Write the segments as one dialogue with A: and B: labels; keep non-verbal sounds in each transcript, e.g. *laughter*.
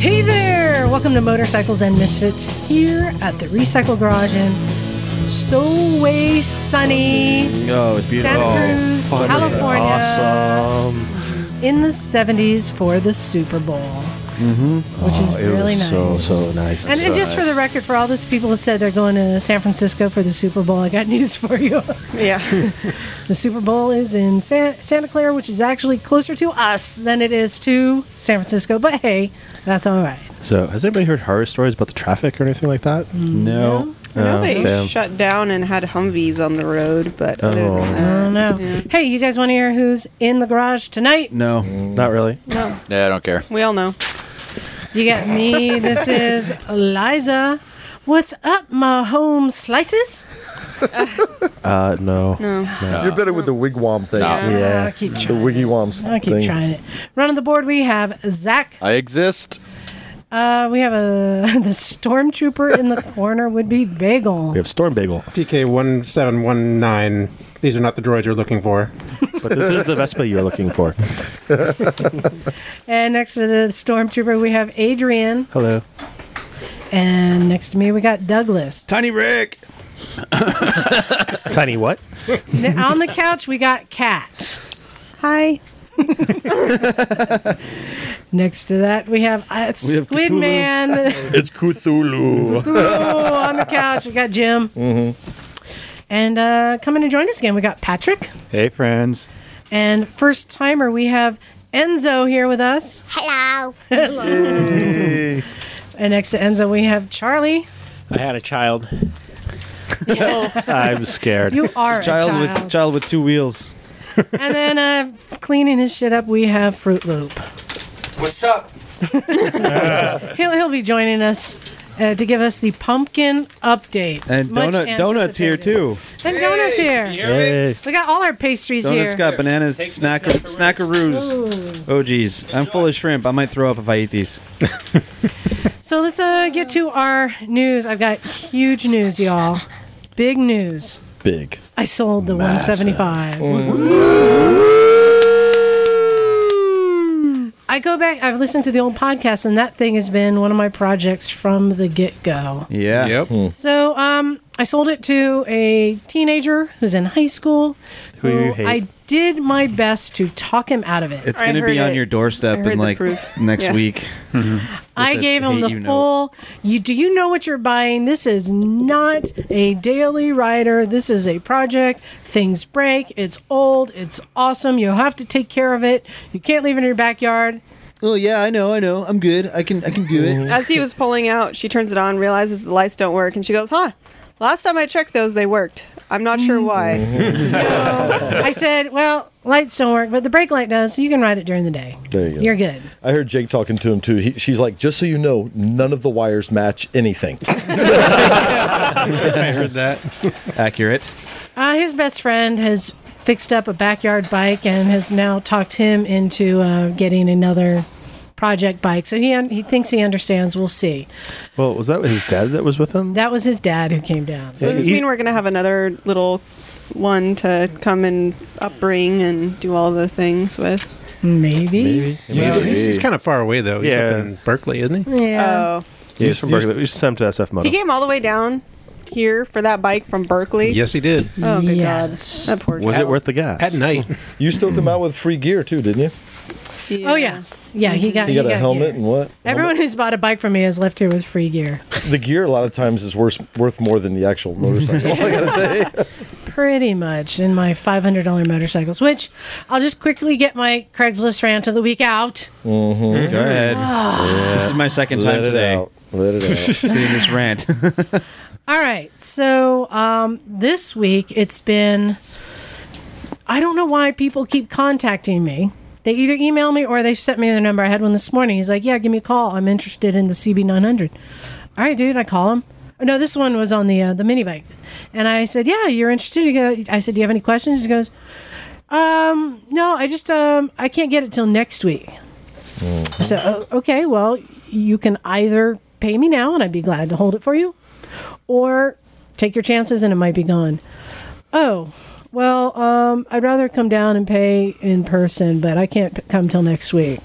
A: Hey there! Welcome to Motorcycles and Misfits here at the Recycle Garage in so way sunny
B: Oh, it's beautiful. Oh,
A: Santa Cruz,
B: Fun.
A: California, in the 70s for the Super Bowl, mm-hmm. which
C: Oh,
A: is
B: it was
A: really nice.
B: so, so nice.
A: And, and just for the record, for all those people who said they're going to San Francisco for the Super Bowl, I got news for you.
D: Yeah.
A: *laughs* the Super Bowl is in San- Santa Clara, which is actually closer to us than it is to San Francisco. But hey, that's all right.
C: So, has anybody heard horror stories about the traffic or anything like that?
A: Mm,
B: No.
C: No, Oh,
D: they
C: damn.
D: shut down and had Humvees on the road, but other
C: Oh.
D: than
A: I don't
D: that,
A: know. Hey, you guys want to hear who's in the garage tonight?
B: No.
C: Not really.
D: no,
B: Yeah, I don't care.
D: we all know.
A: You got me. this is Liza. What's up, my home slices?
C: Uh, no.
E: You're better with the wigwam thing.
B: Nah.
D: Yeah.
A: I'll keep
E: The
A: trying.
E: wiggy wom
A: I'll keep
E: thing.
A: trying it. Running the board, we have Zach.
B: I exist.
A: Uh, we have a *laughs* the stormtrooper in the corner would be Bagel.
C: We have Storm Bagel,
F: TK1719. These are not the droids you're looking for.
C: but this is the Vespa you're looking for.
A: And next to the stormtrooper, we have Adrian.
C: Hello.
A: And next to me, we got *laughs* Douglas.
B: Tiny Rick.
C: *laughs* Tiny what?
A: N- On the couch, we got Kat.
D: Hi.
A: *laughs* Next to that, we have, uh,
B: have
A: Squid
B: Cthulhu.
A: *laughs*
E: *laughs*
A: Man.
B: It's Cthulhu.
A: Ooh, on the couch. We got Jim. Mm-hmm. And uh, coming and join us again, we got Patrick.
G: Hey, friends.
A: And first timer, we have Enzo here with us.
H: Hello.
A: *laughs* And next to Enzo, we have Charlie.
I: I had
A: *laughs*
I: a child.
C: I'm scared.
A: You are a child.
G: child with two *laughs* wheels.
A: and then uh, cleaning his shit up, we have Fruit Loop.
B: What's up?
A: He'll, he'll be joining us. Uh, to give us the pumpkin update
G: And
A: Much
G: donut, donuts here,
A: anticipated.
G: too.
A: And donuts here.
C: Hey.
A: We got all our pastries
G: Donuts
A: here.
G: got bananas, snack, snackaroos. Oh, geez. I'm full of shrimp. I might throw up if I eat *laughs* these.
A: So let's uh, get to our news. I've got huge news, y'all. Big news.
B: Big.
A: I sold the
B: Massive.
A: 175.
C: Mm.
A: I go back, I've listened to the old podcast, and that thing has been one of my projects from the get go.
G: Yeah. Yep.
A: So um, I sold it to a teenager who's in high school
C: Who you hate.
A: I did my best to talk him out of it.
G: It's
D: I
G: going to be
D: heard
G: on
D: it.
G: your
D: I
G: doorstep
D: heard
G: in
D: the
G: like
D: proof.
G: next
D: Yeah.
G: week.
A: I
D: *laughs*
G: the
A: gave him
G: hate
A: the
G: you note.
A: full. You do you know what you're buying? This is not a daily rider. This is a project. Things break. It's old. It's awesome. You have to take care of it. You can't leave it in your backyard.
B: Oh yeah, I know, I know. I'm good. I can I can do it.
D: As he was pulling out, she turns it on, realizes the lights don't work, and she goes, "Huh? Last time I checked those, they worked. I'm not sure why."
A: Mm-hmm.
D: *laughs*
A: I said, well, lights don't work, but the brake light does, so you can ride it during the day.
E: There you go.
A: You're good.
E: I heard Jake talking to him too. He, she's like, just so you know, none of the wires match anything.
G: *laughs* I heard that. Accurate.
A: Uh, his best friend has fixed up a backyard bike and has now talked him into uh, getting another project bike. So he un- he thinks he understands. We'll see.
C: Well, was that his dad that was with him?
A: That was his dad who came down.
D: So does this
C: You-
D: mean we're gonna have another little one to come and upbring and do all the things with?
A: Maybe.
F: Well, he's, he's kind of far away, though. He's
C: Yeah.
F: up in Berkeley, isn't he?
A: Yeah.
D: Oh,
C: He's from Berkeley. We should send him to SF Moto.
D: he came all the way down here for that bike from Berkeley.
F: Yes, he did.
D: Oh, good
A: Yes.
D: God. That poor
C: Was
D: guy.
C: it worth the gas?
F: At night.
E: you stoked him out with free gear too, didn't you?
A: Oh yeah. Yeah, he got
E: You got a helmet
A: gear.
E: and what?
A: Everyone who's bought a bike from me has left here with free gear.
E: The gear a lot of times is worth worth more than the actual
A: *laughs*
E: motorcycle. I gotta say.
A: Pretty much in my five hundred dollar motorcycles, which I'll just quickly get my Craigslist rant of the week out.
G: Go ahead. Mm-hmm. Ah. This is my second time
E: Let it
G: today
E: out. Let it
G: *laughs*
E: out.
G: doing this rant.
A: All right. So um, this week it's been. I don't know why people keep contacting me. They either email me or they sent me their number. I had one this morning. He's like, "Yeah, give me a call. I'm interested in the CB900." All right, dude. I call him. Oh, No, this one was on the uh, the mini bike, and I said, "Yeah, you're interested." He go, I said, "Do you have any questions?" He goes, Um, no, I just um, I can't get it till next week. So o- okay, well, you can either pay me now, and I'd be glad to hold it for you, or take your chances, and it might be gone. Oh, well, um, I'd rather come down and pay in person, but I can't p- come till next week.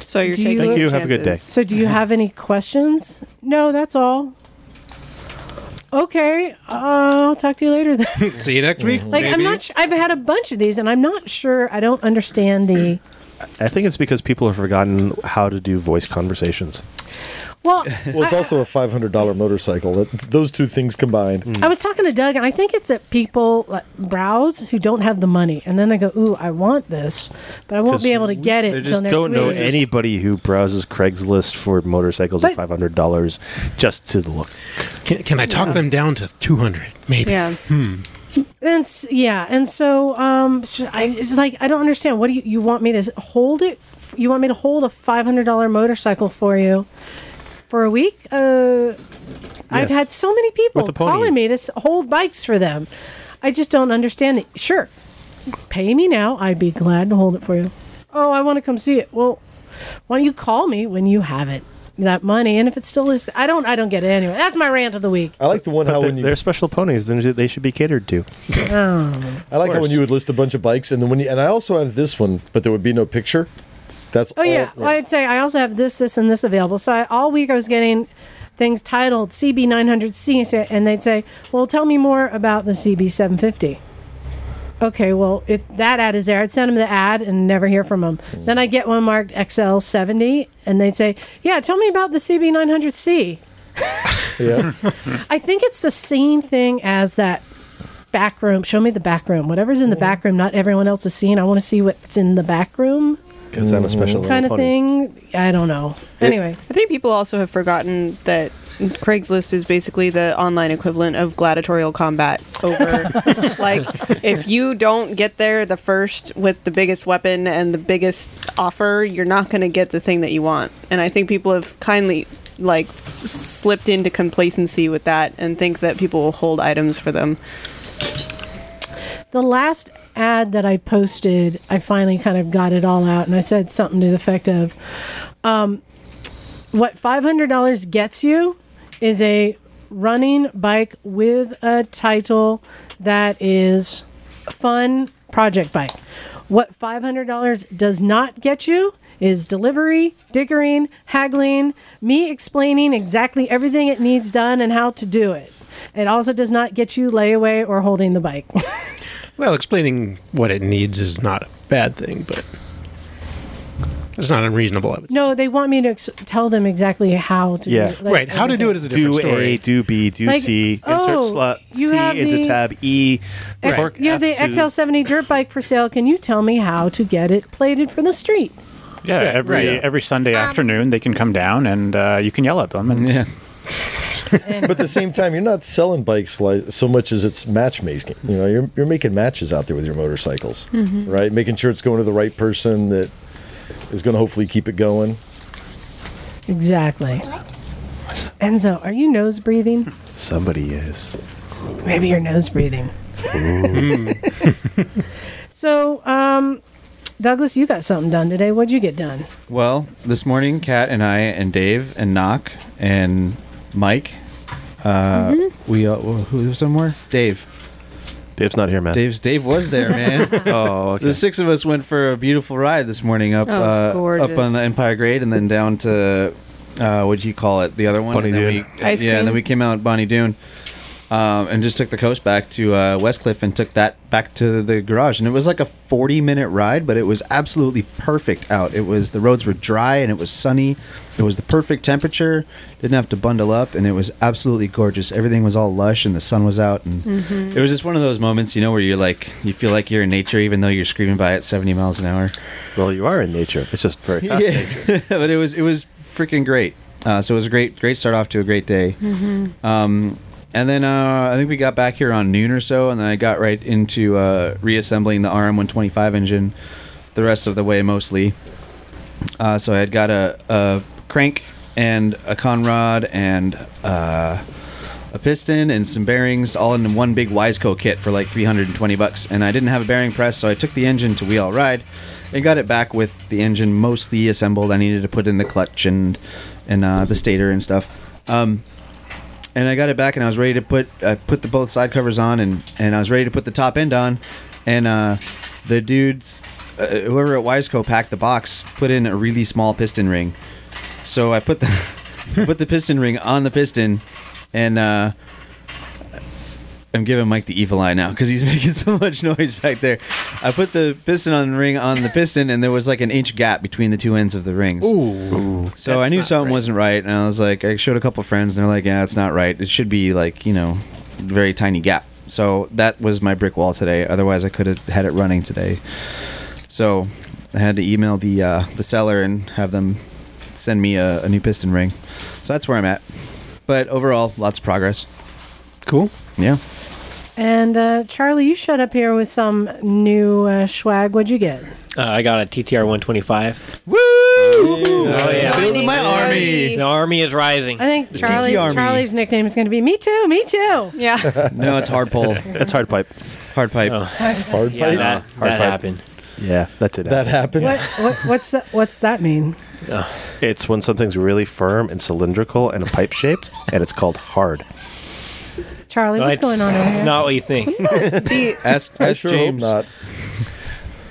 D: So you're
A: Do you-
D: taking
A: Thank
C: you. Have a good day.
D: chances.
A: So, do you have any questions? No, that's all. Okay, I'll talk to you later then.
F: *laughs* See you next week.
A: Like I'm
F: maybe.
A: not. Sh- I've had a bunch of these, and I'm not sure. I don't understand the.
C: I think it's because people have forgotten how to do voice conversations.
A: Well,
E: Well, it's also a five hundred dollar motorcycle. That, those two things combined.
A: I was talking to Doug, and I think it's that people like, browse who don't have the money, and then they go, "Ooh, I want this, but I won't
C: 'Cause
A: be able to get it
C: They
A: until
C: just
A: next
C: don't know
A: week."
C: anybody who browses Craigslist for motorcycles at
A: But-
C: five hundred dollars just to look.
F: Can, can I talk them down to 200? Maybe.
D: Yeah.
C: Hmm.
A: And s- yeah, and so um, sh- I it's like I don't understand. What do you you want me to s- hold it? You want me to hold a five hundred dollar motorcycle for you for a week? Uh, I've
C: Yes.
A: had so many people
C: With a pony.
A: calling me to s- hold bikes for them. I just don't understand it. Sure, pay me now. I'd be glad to hold it for you. Oh, I want to come see it. Well, why don't you call me when you have it? That money, and if it's still listed, I don't. I don't get it anyway. That's my rant of the week.
E: I like the one how
C: They're,
E: when you
C: they're special ponies; then they should be catered to.
A: Oh,
E: I like how when
C: course.
E: you would list a bunch of bikes and then when you and I also have this one, but there would be no picture. That's
A: Oh
E: all,
A: yeah, well,
E: right.
A: I'd say I also have this, this, and this available. So I, all week I was getting things titled CB 900C, and they'd say, "Well, tell me more about the CB 750." Okay, well, it, that ad is there. I'd send them the ad and never hear from them. Then I get one marked XL70, and they'd say, "Yeah, tell me about the CB 900C."
E: yeah.
A: I think it's the same thing as that back room. Show me the back room. Whatever's in the back room, not everyone else is seeing. I want to see what's in the back room,
C: Because I'm a special little
A: kind of
C: pony.
A: thing. I don't know. Anyway.
D: I think people also have forgotten that Craigslist is basically the online equivalent of gladiatorial combat
C: *laughs*
D: over like if you don't get there the first with the biggest weapon and the biggest offer, you're not going to get the thing that you want. And I think people have kindly like slipped into complacency with that and think that people will hold items for them.
A: the last ad that I posted, I finally kind of got it all out, and I said something to the effect of, um, "What five hundred dollars gets you is a running bike with a title that is fun project bike. What five hundred dollars does not get you." Is delivery, dickering, haggling, me explaining exactly everything it needs done and how to do it. It also does not get you layaway or holding the bike. *laughs*
F: Well, explaining what it needs is not a bad thing, but it's not unreasonable. I would say.
A: No, they want me to ex- tell them exactly how to.
C: Yeah.
A: do it, like,
F: right. How to do it is a different
C: Do
F: story.
C: A, do B, do
A: Like,
C: C. Insert
A: oh,
C: slot
A: you
C: C
A: have
C: into
A: the
C: tab E.
A: X,
C: torque
A: You have the
C: F2.
A: XL70 dirt bike for sale. Can you tell me how to get it plated for the street?
H: Yeah, every
F: right.
H: every Sunday
A: Um,
H: afternoon they can come down and uh, you can yell at them. And
G: Yeah.
E: But at the same time, you're not selling bikes like, so much as it's matchmaking. You know, you're you're making matches out there with your motorcycles,
C: Mm-hmm.
E: right? Making sure it's going to the right person that is going to hopefully keep it
C: *laughs*
E: going.
A: Exactly. Enzo, are you nose
F: *laughs*
A: breathing?
C: Somebody is.
A: Maybe you're nose breathing.
G: Mm-hmm.
A: so, um, Douglas, you got something done today. What'd you get done?
G: Well, this morning, Kat and I and Dave and Knock and Mike. Uh, We uh, wh- who was somewhere? Dave.
C: Dave's not here, man.
G: Dave's Dave was there, man.
C: *laughs* Oh, okay.
G: The six of us went for a beautiful ride this morning up
D: Oh, it's
G: uh, up
D: gorgeous.
G: on the Empire Grade and then down to uh, what do you call it? The other one.
C: Bonny
G: and then
C: Doon.
G: We,
D: Ice
G: yeah,
D: cream.
G: and then we came out Bonnie Doon. Um, and just took the coast back to uh, Westcliff and took that back to the garage. And it was like a 40 minute ride, but it was absolutely perfect out. It was the roads were dry and it was sunny. It was the perfect temperature. Didn't have to bundle up, and it was absolutely gorgeous. Everything was all lush, and the sun was out. And it was just one of those moments, you know, where you're like, you feel like you're in nature, even though you're screaming by at 70 miles an hour.
C: well, you are in nature. It's
G: *laughs*
C: just very fast nature.
G: but it was it was freaking great. Uh, so it was a great great start off to a great day.
J: Hmm.
A: Mm-hmm.
G: Um, and then uh, I think we got back here on noon or so, and then I got right into uh, reassembling the RM125 engine the rest of the way mostly. Uh, so I had got a, a crank and a conrod and uh, a piston, and some bearings, all in one big Wiseco kit for like 320 bucks. And I didn't have a bearing press, so I took the engine to Wheel Ride and got it back with the engine mostly assembled. I needed to put in the clutch and and uh, the stator and stuff. Um, and I got it back, and I was ready to put I put the both side covers on, and and I was ready to put the top end on, and uh, the dudes, uh, whoever at Wiseco packed the box, put in a really small piston ring, so I put the *laughs* I put the piston ring on the piston, and uh, I'm giving Mike the evil eye now because he's *laughs* making so much noise back there. I put the piston on the ring on the piston, and there was like an inch gap between the two ends of the rings.
F: Ooh.
G: So I
H: That's
G: knew
H: not
G: something
H: right.
G: wasn't right, and I was like, I showed a couple friends, and they're like, "Yeah, it's not right. It should be like you know, very tiny gap." So that was my brick wall today. Otherwise, I could have had it running today. So I had to email the uh, the seller and have them send me a, a new piston ring. So that's where I'm at. But overall, lots of progress.
F: Cool.
G: Yeah.
A: And uh, Charlie, you showed up here with some new uh, swag. What'd you get?
I: *laughs* Uh, I got a TTR 125. Oh yeah,
D: Building my army.
I: the army is rising.
A: I think Charlie,
G: TT Army.
A: Charlie's nickname is going to be Me Too, Me Too.
D: Yeah.
G: *laughs* No, it's hard pole,
C: That's hard pipe. Oh.
G: hard pipe.
E: Hard
I: Yeah,
C: hard
I: that,
E: pipe?
I: that
C: pipe.
I: happened.
C: Yeah, that's it.
E: that happened.
A: What, what, what's, that, what's that mean?
C: It's when something's really firm and cylindrical and pipe shaped, and it's called hard.
A: Charlie, what's
I: it's,
A: going on over
I: it's
A: here?
I: not what
A: *laughs*
G: *laughs*
I: you think.
G: Ask,
E: I
G: ask
E: sure
G: James.
E: hope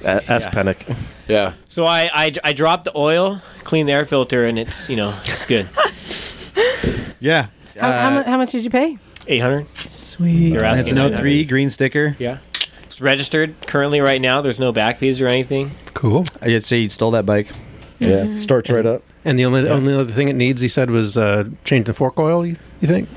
C: A- Ask Panic.
J: Yeah.
I: so I, I I dropped the oil, cleaned the air filter, and it's you know it's good.
G: Yeah.
A: how, how,
G: Uh,
A: mu- how much did you
G: *laughs*
A: pay?
I: 800.
A: Sweet.
I: You're
G: That's
I: asking.
G: an
I: right now.
G: 03 green sticker.
I: Yeah. It's registered currently right now. There's no back fees or anything.
F: Cool.
G: I'd say you stole that bike.
E: not. Yeah. Starts right up.
F: And the only only other thing it needs, he said, was uh, change the fork oil. You, you think?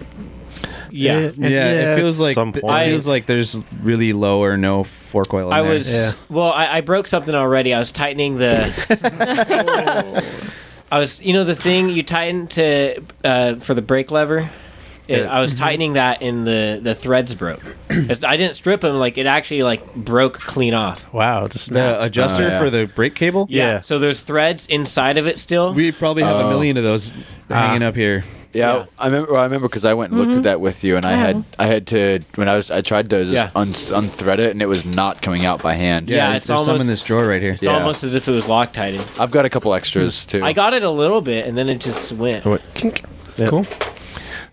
I: Yeah.
G: Yeah,
F: yeah,
G: it feels
C: at
G: like
C: some
G: th-
C: point.
G: it feels like there's really low or no fork oil. In
I: I
G: there.
I: was well. I, I broke something already. I was
G: *laughs*
I: tightening the. I was, you know, the thing you tighten to uh, for the brake lever. It, I was tightening that, and the the threads broke. *clears throat* It's- I didn't strip them; like it actually like broke clean off.
F: Wow. It's a
G: the
F: snap.
G: adjuster
J: Oh, yeah.
G: for the brake cable.
C: Yeah.
I: So there's threads inside of it still. Ah.
G: we probably have a million of those hanging up here.
J: Yeah, I remember. Well, I remember because I went and looked
A: Mm-hmm.
J: at that with you, and I
A: Oh.
J: had I had to when I was I tried to just
I: Yeah.
J: un- unthread it, and it was not coming out by hand.
I: Yeah, it's
G: there's some in
I: almost-
G: this drawer right here.
I: it's
J: yeah.
I: almost as if it was loctited.
J: I've got a couple extras too.
I: I got it a little bit, and then it just went.
C: I went, kink. Yeah.
F: Cool.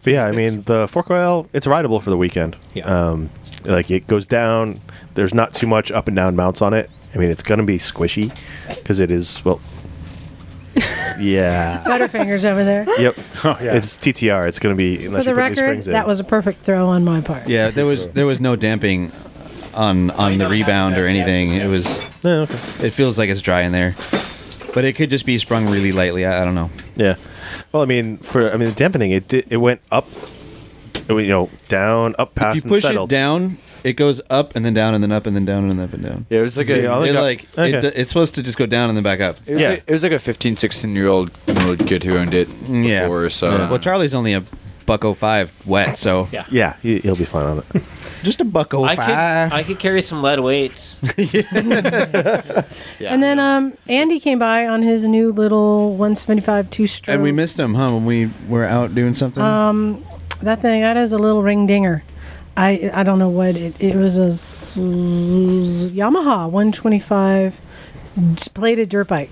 C: But yeah, I mean the fork oil, it's rideable for the weekend.
I: Yeah.
C: Um, like it goes down. There's not too much up and down mounts on it. I mean, it's gonna be squishy because it is. Well. Yeah.
A: Butterfingers over there.
C: Yep.
H: Oh, yeah.
C: It's TTR. It's gonna be
A: For
C: unless
A: the
C: you put new
A: record,
C: springs in.
A: that was a perfect throw on my part.
G: Yeah, there was there was no damping on on the rebound or anything. It was
C: Yeah, okay.
G: it feels like it's dry in there, but it could just be sprung really lightly. I, I don't know.
C: Yeah. Well, I mean, for I mean, dampening it did, it went up, it went, you know, down, up past,
G: if you push
C: and settled.
G: it down, it goes up and then down and then up and then down and then up and down.
J: yeah, it was like
C: See,
J: a
C: I'll-
G: It,
C: Okay.
G: like
C: Okay.
G: it, d- it's supposed to just go down and then back up.
J: it was,
C: Yeah.
J: like, it was like a 15, 16 year old old kid who owned it
G: Yeah.
J: before. So
G: Yeah. Well, Charlie's only a buck oh five wet, so
I: Yeah.
C: Yeah, he, he'll be fine on it.
G: *laughs* just a buck oh
I: I could I could carry some
G: *laughs*
I: lead weights. *laughs*
J: yeah.
A: And then um, Andy came by on his new little 175 two stroke.
G: And we missed him, huh? When we were out doing something.
A: Um, that thing. That is a little ring dinger. I I don't know what it. It was a s- Yamaha 125 s- plated dirt bike.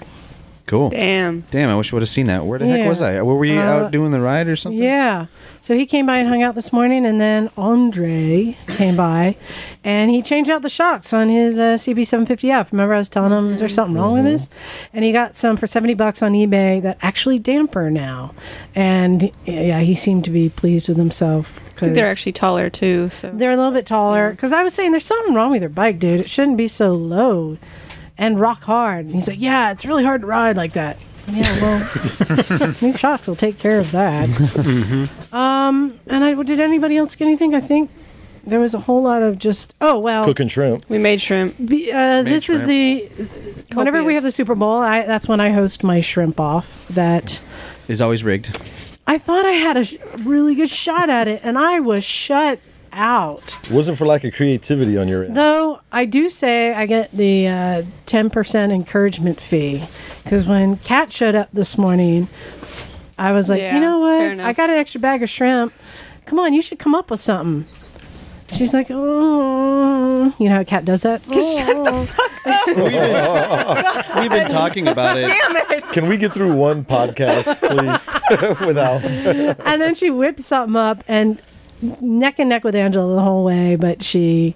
G: cool. Damn.
D: Damn.
G: I wish I would have seen that. Where the
A: Yeah.
G: heck was I? Were we
A: Uh,
G: out doing the ride or something?
A: Yeah. So he came by and hung out this morning, and then Andre came by, and he changed out the shocks on his uh, CB750F. Remember, I was telling him there's something wrong with this, and he got some for 70 bucks on eBay that actually damper now, and yeah, he seemed to be pleased with himself.
D: I think
A: 'cause-
D: they're actually taller too. So
A: They're a little bit taller. Because I was saying there's something wrong with your bike, dude. It shouldn't be so low and rock hard. And he's like, yeah, it's really hard to ride like that. Yeah, well, *laughs* new shocks will take care of that.
C: Mm-hmm.
A: Um, and I, did anybody else get anything? I think there was a whole lot of just, oh, well.
E: Cooking shrimp.
D: we made shrimp.
A: Be, uh, this is the whenever we have the
D: Copious.
A: Super Bowl. I, that's when I host my shrimp off. That
G: Is always rigged.
A: I thought I had a sh- really good shot at it, and I was shut out.
E: Wasn't for lack of creativity on your end.
A: Though I do say I get the uh, ten percent encouragement fee because when Kat showed up this morning, I was like,
D: Yeah,
A: you know
D: fair
A: what?
D: enough.
A: I got an extra bag of shrimp, "Come on, you should come up with something." She's like, "Oh," you know how a cat does
D: *laughs*
A: that. Shut the *laughs*
E: We've
A: been
E: talking about it.
A: Damn it.
E: Can we get through one podcast, please, *laughs*
A: *laughs*
E: without?
A: and then she whipped something up and neck and neck with Angela the whole way, but she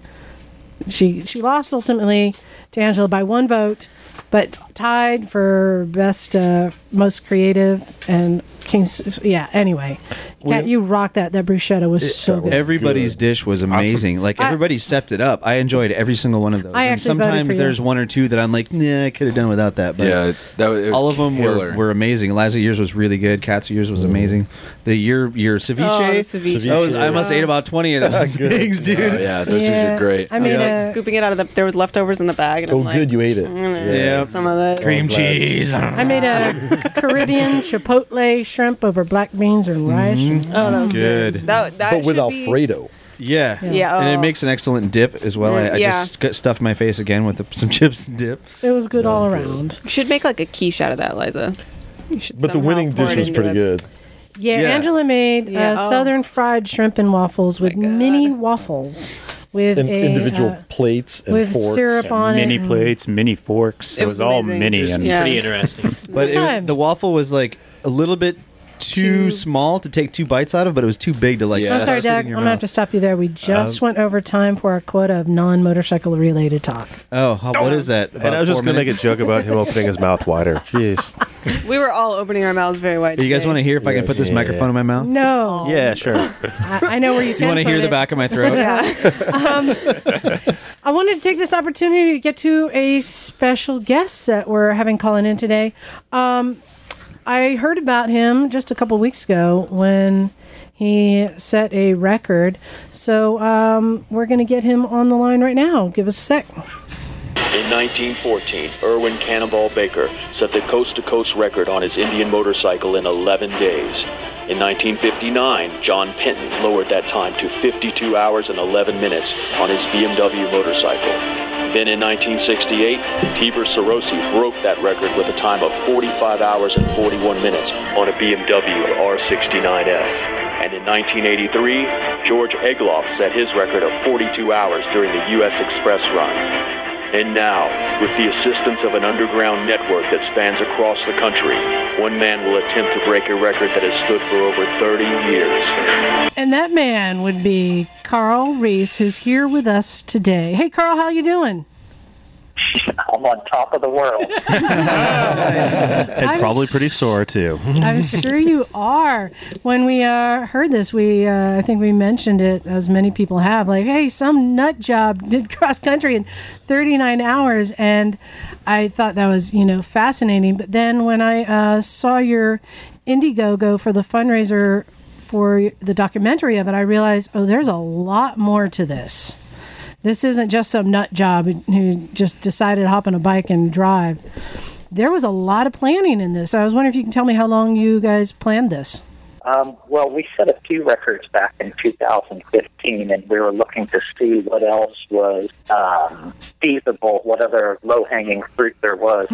A: she she lost ultimately to Angela by one vote, but tied for best uh, most creative and came s- yeah. Anyway,
G: Well,
A: Kat, you rocked that. That bruschetta was so good.
G: Everybody's dish was amazing. Like
A: I-
G: everybody stepped it up. I enjoyed every single one of those.
A: I
G: And
A: actually voted for
G: sometimes
A: you.
G: there's one or two that I'm like, nah, I could have done without that. But
J: Yeah, that was- it was
G: all of them were,
J: killer. Mm.
G: were amazing. Liza yours was really good. Katsu yours was amazing. The your your ceviche.
D: Oh, the ceviche.
G: I was- I must have ate
J: *laughs*
G: about twenty of those
E: Good.
G: things, dude.
J: Oh, yeah, those things are great.
A: I mean,
D: like
A: uh,
D: scooping it out of the. There was leftovers in the bag. And
E: Oh,
D: I'm like,
E: good, you ate it.
D: "I'm gonna
G: Yeah.
D: eat Some of this.
F: Cream cheese.
A: I made a Caribbean chipotle shrimp over black beans and rice.
D: Oh, that was
G: Good.
D: That, that
E: But with
D: should be-
E: Alfredo.
G: Yeah.
D: Yeah. oh.
G: And it makmakes an excellent dip as well. I, I
D: Yeah.
G: just got- stuffed my face again with the, some *laughs* chips and dip.
A: It was good all around.
D: You should make like a quiche out of that, Liza. You should
E: But the
D: somehow
E: winning
D: pour
E: dish
D: it
E: was
D: into
E: pretty
D: a-
E: good.
A: Yeah,
G: Yeah.
A: Angela made
D: Yeah,
A: uh,
D: oh.
A: southern fried shrimp and waffles with
D: My God.
A: mini waffles with
E: And
A: a,
E: individual
A: uh,
E: plates and
A: with
E: forks.
A: syrup on
H: mini
A: it. and-
H: plates, mini forks. It,
D: It
H: was,
D: was
H: all
D: amazing.
H: mini. And
D: Yeah.
I: Pretty interesting.
G: But it,
A: Sometimes.
G: the waffle was like a little bit too
A: Too-
G: small to take two bites out of, but it was too big to like.
J: Yeah.
A: I'm sorry,
G: sit in
A: Doug. I'm
G: your
A: gonna have
G: mouth. Um,
A: to stop you there. We just went over time for our quota of non-motorcycle related talk.
G: Oh, how, what is that?
C: And I was just going to make a joke about him opening his mouth wider.
E: Jeez.
D: We were all opening our mouths very wide.
G: You guys
D: today.
G: want to hear if I can put this
E: Yes.
G: microphone in my mouth?
A: No,
C: Yeah, sure.
A: I, I know where you.
G: You
A: can
G: want to
A: put
G: hear the
A: it.
G: back of my throat?
A: Yeah. um, I wanted to take this opportunity to get to a special guest that we're having calling in today. Um, I heard about him just a couple weeks ago when he set a record. So um, we're going to get him on the line right now. Give us a sec.
K: In 1914, Irwin Cannonball Baker set the coast to coast record on his Indian motorcycle in 11 days. In 1959, John Penton lowered that time to 52 hours and 11 minutes on his BMW motorcycle. Then in 1968, Tiber Sarosi broke that record with a time of 45 hours and 41 minutes on a BMW R69S. And in 1983, George Egloff set his record of 42 hours during the U.S. Express run. And now, with the assistance of an underground network that spans across the country, one man will attempt to break a record that has stood for over 30 years.
A: And that man would be Carl Reese, who's here with us today. Hey, Carl, how you doing?
K: *laughs* I'm on top of the
D: *laughs*
K: world.
A: And probably pretty sore too.
C: *laughs*
A: I'm sure you are. When we uh, heard this, we uh, I think we mentioned it as many people have. Like, hey, some nut job *laughs* did cross country in 39 hours, and I thought that was you know fascinating. But then when I uh, saw your Indiegogo for the fundraiser for the documentary of it, I realized, oh, there's a lot more to this. This isn't just some nut job who just decided to hop on a bike and drive there was a lot of planning in this. I was wondering if you can tell me how long you guys planned this.
K: Um, well, we set a few records back in 2015, and we were looking to see what else was um, feasible, what other low-hanging fruit there was.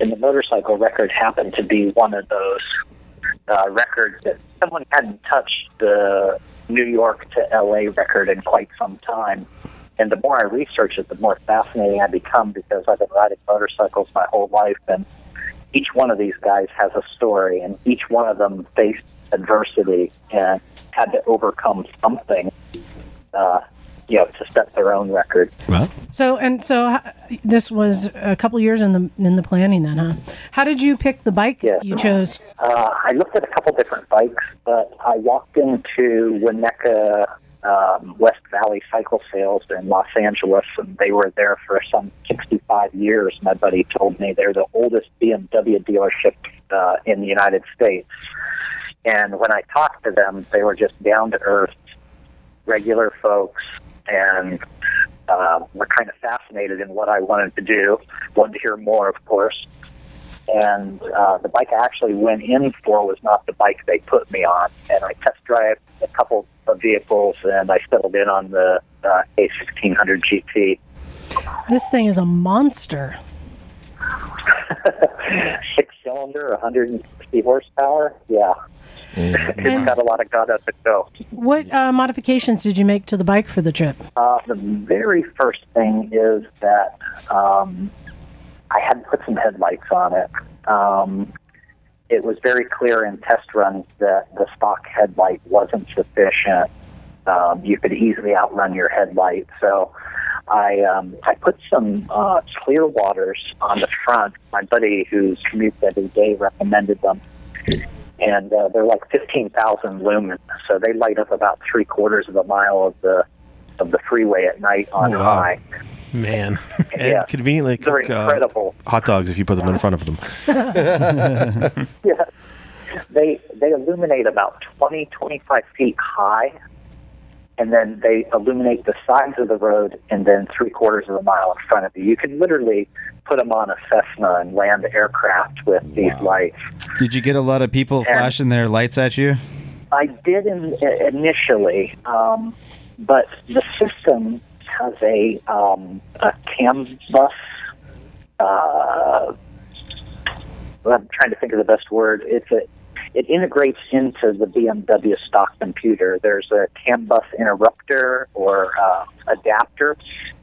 K: and the motorcycle record happened to be one of those uh, records that someone hadn't touched the New York to LA record in quite some time. And the more I research it, the more fascinating I become because I've been riding motorcycles my whole life, and each one of these guys has a story, and each one of them faced adversity and had to overcome something, uh, you know, to set their own record.
A: So and so, h- this was a couple years in the in the planning then, huh? How did you pick the bike
K: Yeah.
A: you chose?
K: Uh, I looked at a couple different bikes, but I walked into Winnetka um, West Valley Cycle Sales in Los Angeles, and they were there for some 65 years. My buddy told me they're the oldest BMW dealership uh, in the United States. And when I talked to them, they were just down to earth, regular folks, and uh, were kind of fascinated in what I wanted to do. Wanted to hear more, of course and uh, the bike I actually went in for was not the bike they put me on. And I test drive a couple of vehicles, and I settled in on the uh, A1600 GT.
A: This thing is a monster.
K: Six cylinder, 160 horsepower. Yeah. *laughs*
L: it's got a lot of gotta to go.
A: What uh, modifications did you make to the bike for the trip?
L: Uh, the very first thing is that um, I had put some headlights on it. Um, it was very clear in test runs that the stock headlight wasn't sufficient. Um, you could easily outrun your headlight. So I um, I put some uh, clear waters on the front. My buddy who's commutes every day recommended them. And uh, they're like 15,000 lumens, so they light up about three quarters of a mile of the of the freeway at night on
C: Oh, wow.
L: high.
C: Man. And
L: Yeah.
C: conveniently
L: They're
C: cook uh,
L: incredible.
C: *laughs* hot dogs if you put them in front of them.
L: yeah. They they illuminate about 20, 25 feet high, and then they illuminate the sides of the road and then three quarters of a mile in front of you. You can literally put them on a Cessna and land aircraft with these lights.
G: Did you get a lot of people flashing their lights at you?
L: I did in, initially, um, but the system has a um, a CAM bus. Uh, I'm trying to think of the best word. It's a it integrates into the BMW stock computer. There's a CAM bus interrupter or uh, adapter,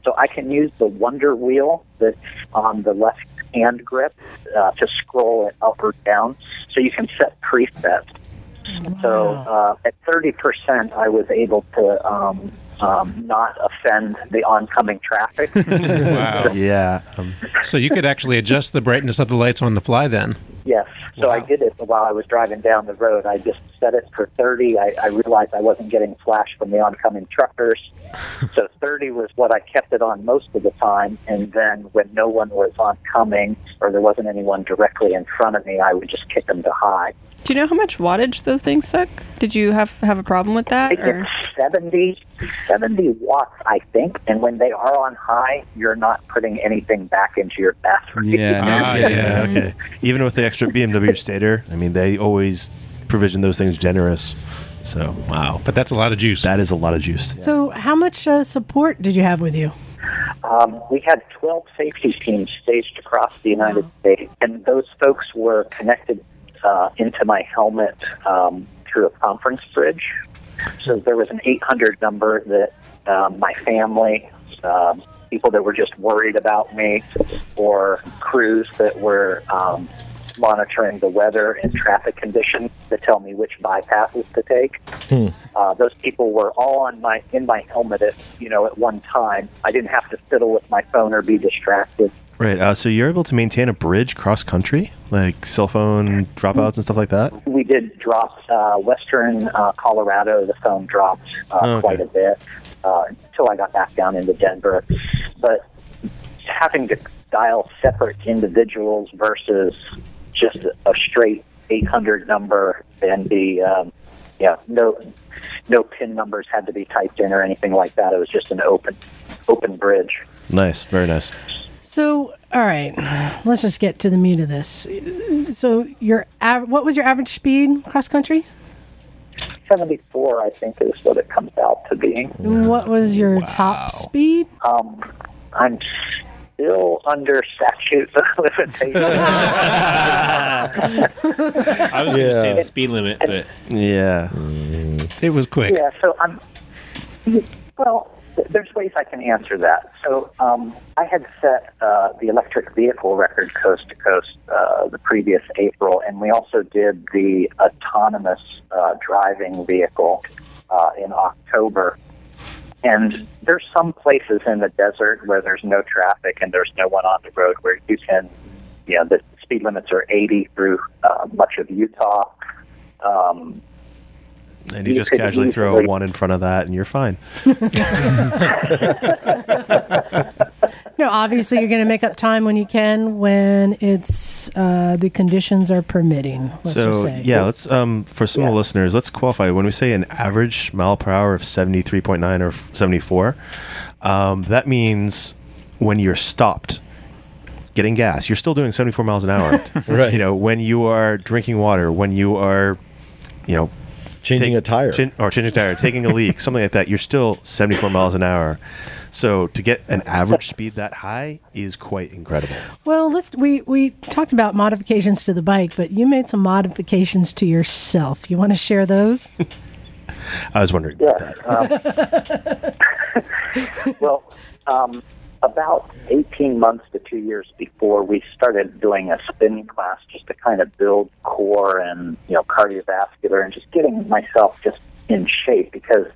L: so I can use the Wonder Wheel that's on the left hand grip uh, to scroll it up or down. So you can set presets. So uh, at thirty percent, I was able to um, um, not offend the oncoming traffic.
F: Wow.
C: yeah.
F: so you could actually adjust the brightness of the lights on the fly then.
L: yes, so I did it while I was driving down the road. I just set it for thirty. I, I realized I wasn't getting flash from the oncoming truckers, so thirty was what I kept it on most of the time. And then when no one was oncoming or there wasn't anyone directly in front of me, I would just kick them to high.
D: Do you know how much wattage those things suck? Did you have have a problem with that? Or?
L: 70, 70 watts, I think. And when they are on high, you're not putting anything back into your battery.
C: *laughs* Yeah. Ah, yeah. Okay. Even with the extra BMW stator, I mean, they always provision those things generous. So wow.
F: But that's a lot of juice.
C: That is a lot of juice.
A: So, how much uh, support did you have with you?
L: Um, we had 12 safety teams staged across the United States, and those folks were connected uh, into my helmet um, through a conference bridge. So there was an 800 number that um, my family, um, people that were just worried about me, or crews that were um, monitoring the weather and traffic conditions to tell me which bypasses to take.
C: Hmm.
L: Uh, those people were all on my in my helmet at you know at one time. I didn't have to fiddle with my phone or be distracted.
C: Right. Uh, so you're able to maintain a bridge cross country, like cell phone dropouts and stuff like that.
L: We did drop uh, Western uh, Colorado. The phone dropped uh,
C: Oh, okay.
L: quite a bit uh, until I got back down into Denver. But having to dial separate individuals versus just a straight 800 number and the um, yeah no no pin numbers had to be typed in or anything like that. It was just an open open bridge.
C: Nice. Very nice.
A: So, all right, let's just get to the meat of this. So, your av- what was your average speed cross country?
L: 74, I think, is what it comes out to be.
A: What was your top speed?
L: Um, I'm still under statute *laughs*
I: *laughs*
L: limitations.
I: I was going to say
C: Yeah. Mm.
I: the speed limit, but
C: Yeah.
F: It was quick.
L: Yeah, so I'm. Well, th- there's ways I can answer that. So um, I had set uh, the electric vehicle record coast to coast uh, the previous April, and we also did the autonomous uh, driving vehicle uh, in October. And there's some places in the desert where there's no traffic and there's no one on the road where you can, you know, the speed limits are 80 through uh, much of Utah. Um,
C: And you,
L: You
C: just
L: could
C: casually throw a
L: easily-
C: one in front of that, and you're fine.
A: No, obviously you're going to make up time when you can, when it's uh, the conditions are permitting. Let's just
C: so
A: say.
C: yeah, let's um for some of the listeners, let's qualify when we say an average mile per hour of seventy three point nine or seventy four. Um, that means when you're stopped getting gas, you're still doing seventy four miles an hour.
E: *laughs* Right.
C: You know when you are drinking water, when you are, you know.
E: Changing a tire, *laughs*
C: chin- or changing a tire, taking a leak, something like that. You're still 74 miles an hour. So to get an average speed that high is quite incredible.
A: Well, let's we we talked about modifications to the bike, but you made some modifications to yourself. You want to share those?
C: I was wondering.
L: Yeah. um, *laughs* well, um, about 18 months to two years before, we started doing a spin class just to kind of build core and, you know, cardiovascular and just getting myself just in shape because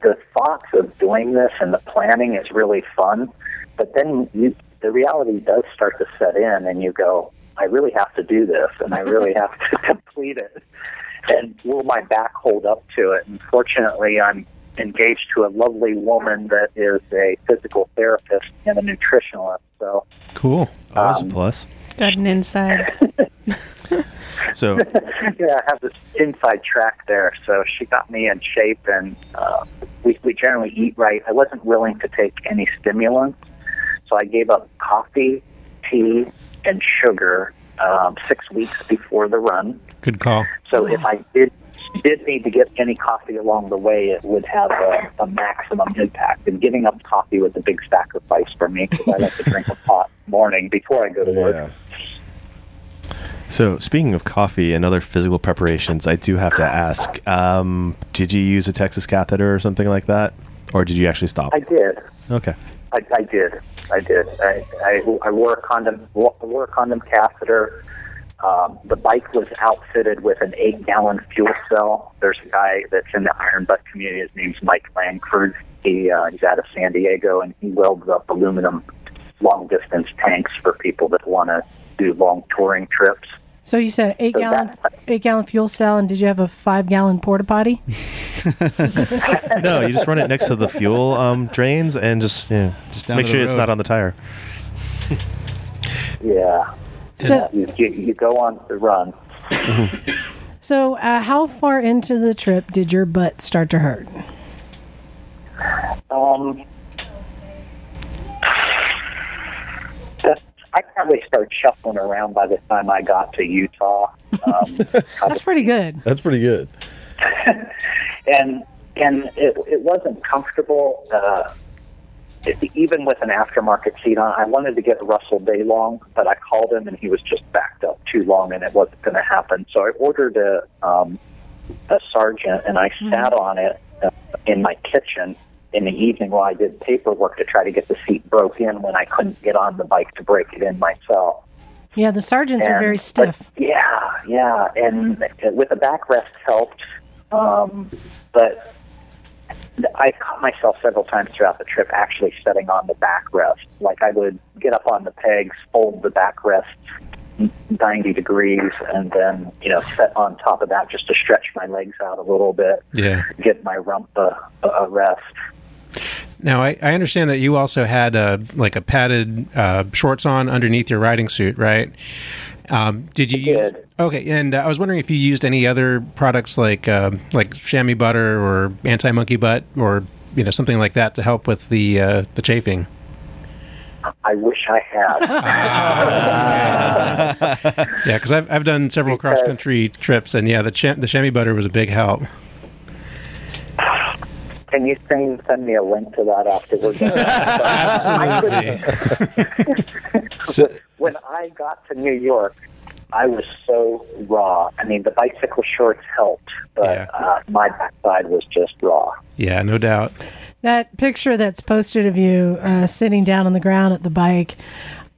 L: the thoughts of doing this and the planning is really fun. But then you, the reality does start to set in and you go, I really have to do this and I really have to complete it. And will my back hold up to it? And fortunately, I'm engaged to a lovely woman that is a physical therapist and a nutritionalist. So
C: Cool.
M: Oh,
C: Always a plus.
D: Got an inside.
L: *laughs*
C: So
L: yeah, I have this inside track there. So she got me in shape, and uh, we, we generally eat right. I wasn't willing to take any stimulants, so I gave up coffee, tea, and sugar um, six weeks before the run.
F: Good call.
L: So if I did did need to get any coffee along the way, it would have a, a maximum impact. And giving up coffee was a big sacrifice for me because I like to drink a pot morning before I go to work.
C: So, speaking of coffee and other physical preparations, I do have to ask: um, Did you use a Texas catheter or something like that, or did you actually stop?
L: I did.
C: Okay.
L: I, I did. I did. I, I, I wore a condom. wo- I wore a condom catheter. Um, the bike was outfitted with an eight-gallon fuel cell. There's a guy that's in the Iron Butt community. His name's Mike Langford. He uh, he's out of San Diego, and he welds up aluminum long-distance tanks for people that want to do long touring trips.
A: So you said eight gallon eight gallon fuel cell, and did you have a five gallon porta potty?
C: no, you just run it next to the fuel um, drains and just, yeah, just
G: down
C: make
G: to
C: sure
G: the
C: it's
G: road.
C: not on the tire.
L: Yeah.
A: So-
L: you, you, you go on the run.
A: So uh, how far into the trip did your butt start to hurt?
L: Um, that- I probably started shuffling around by the time I got to Utah. Um,
A: That's pretty good.
E: That's pretty good.
L: and and it, it wasn't comfortable. Uh, it, even with an aftermarket seat on, I wanted to get Russell Daylong, but I called him and he was just backed up too long, and it wasn't going to happen. So I ordered a um, a sergeant, and I sat on it uh, in my kitchen in the evening while I did paperwork to try to get the seat broke in when I couldn't get on the bike to break it in myself.
A: Yeah, the sergeants are
L: And-
A: very stiff.
L: Yeah, yeah, and with a backrest helped, um, but I caught myself several times throughout the trip actually setting on the backrest. Like I would get up on the pegs, fold the backrest ninety degrees, and then you know set on top of that just to stretch my legs out a little bit,
F: Yeah.
L: give my rump a, a rest.
F: Now I, I understand that you also had uh like a padded uh, shorts on underneath your riding suit, right? Um, did you use? Okay, and uh, I was wondering if you used any other products like uh, like chamois butter or anti monkey butt or you know something like that to help with the uh, the chafing.
L: I wish I had.
F: Yeah, because I've, I've done several cross country trips, and yeah, the cha- the chamois butter was a big help.
L: Can you send, send me a link to that afterwards? *laughs* Absolutely. when I got to New York, I was so raw. I mean, the bicycle shorts helped, but uh, my backside was just raw.
F: Yeah, no doubt.
A: That picture that's posted of you uh, sitting down on the ground at the bike,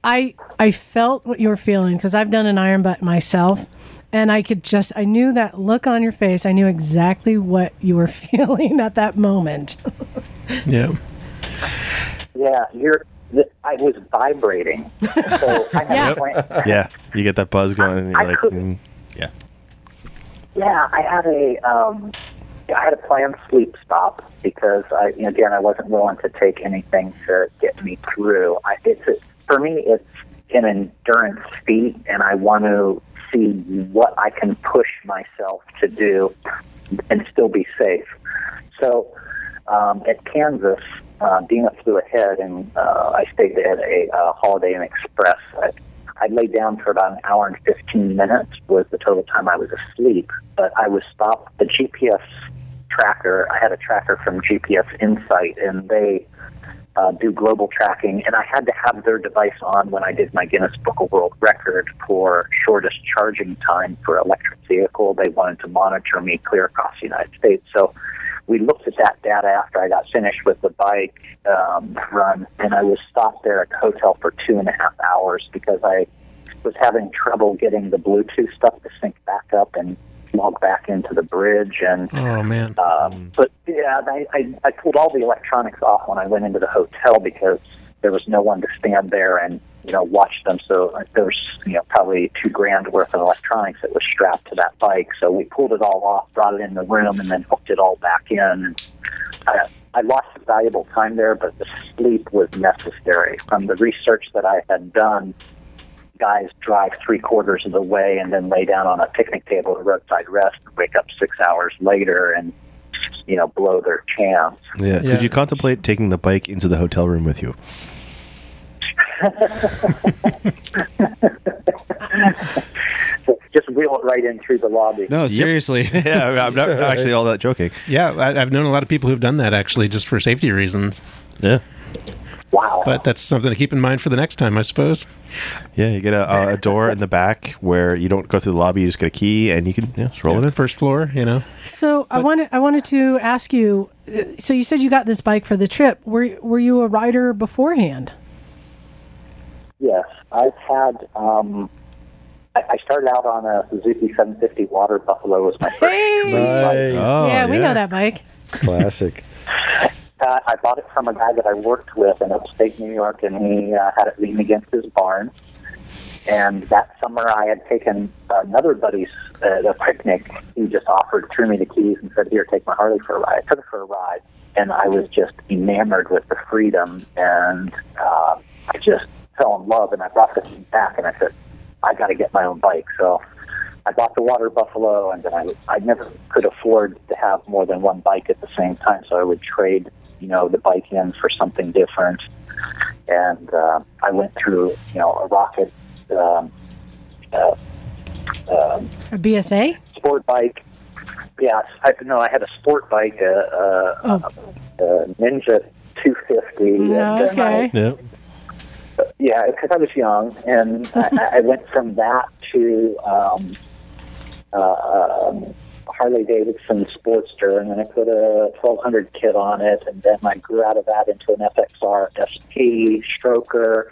A: I I felt what you were feeling because I've done an iron butt myself, and I could just I knew that look on your face. I knew exactly what you were *laughs* feeling at that moment.
F: Yeah.
L: Yeah, you're. th- I was vibrating. So I had a plan.
C: Yeah, you get that buzz going, and you're
L: I
C: like,
L: couldn't-
C: mm, yeah.
L: Yeah, I had a um, I had a planned sleep stop because I you know, again I wasn't willing to take anything to get me through. I, it's a, for me it's an endurance feat, and I want to see what I can push myself to do and still be safe. So um, at Kansas, uh, Dina flew ahead, and uh, I stayed at a uh, Holiday Inn Express. I, I laid down for about an hour and 15 minutes was the total time I was asleep, but I was stopped. The GPS tracker, I had a tracker from GPS Insight, and they uh, do global tracking, and I had to have their device on when I did my Guinness Book of World Record for shortest charging time for electric vehicle. They wanted to monitor me clear across the United States. So we looked at that data after I got finished with the bike um, run, and I was stopped there at the hotel for two and a half hours because I was having trouble getting the Bluetooth stuff to sync back up and log back into the bridge and
F: Oh man.
L: um, but yeah, I, I, I pulled all the electronics off when I went into the hotel because there was no one to stand there and you know watch them. So like, there was you know probably two grand worth of electronics that was strapped to that bike. So we pulled it all off, brought it in the room, and then hooked it all back in. And I, I lost valuable time there, but the sleep was necessary. From the research that I had done, guys drive three quarters of the way and then lay down on a picnic table to roadside rest and wake up six hours later and you know blow their chance. *laughs*
C: Yeah. Did you contemplate taking the bike into the hotel room with you?
L: Just wheel it right in through the lobby.
F: No, seriously.
C: *laughs* yeah, I'm
F: *laughs*
C: not actually all that joking.
F: Yeah, I, I've known a lot of people who've done that actually, just for safety reasons.
C: Yeah.
L: Wow.
F: But that's something to keep in mind for the next time, I suppose.
C: Yeah, you get Uh, a, a door in the back where you don't go through the lobby. You just get a key, and you can yeah, just roll it in
F: first floor. You know.
A: So I wanted I wanted to ask you. uh, So you said you got this bike for the trip. Were were you a rider beforehand?
L: Yes, I've had. Um, I, I started out on a Suzuki 750 Water Buffalo was my first.
E: Nice.
L: Oh,
A: yeah, we know that bike.
E: Classic.
L: Uh, I bought it from a guy that I worked with in upstate New York, and he uh, had it leaning against his barn. And that summer, I had taken another buddy's uh, the picnic. He just offered, threw me the keys, and said, "Here, take my Harley for a ride." I took it for a ride, and I was just enamored with the freedom, and uh, I just fell in love. And I brought this back, and I said, "I got to get my own bike." So I bought the water buffalo, and then I I never could afford to have more than one bike at the same time, so I would trade you know the bike in for something different. And uh, I went through you know a rocket um, uh, um,
A: A BSA.
L: sport bike. Yeah, I, no, I had a sport bike, a, a, a Ninja 250. and
A: No,
L: then I-
A: okay.
L: yeah, because I was young, and I, I went from that to um, uh, um, Harley Davidson Sportster, and then I put a 1200 kit on it, and then I grew out of that into an FXR ST stroker,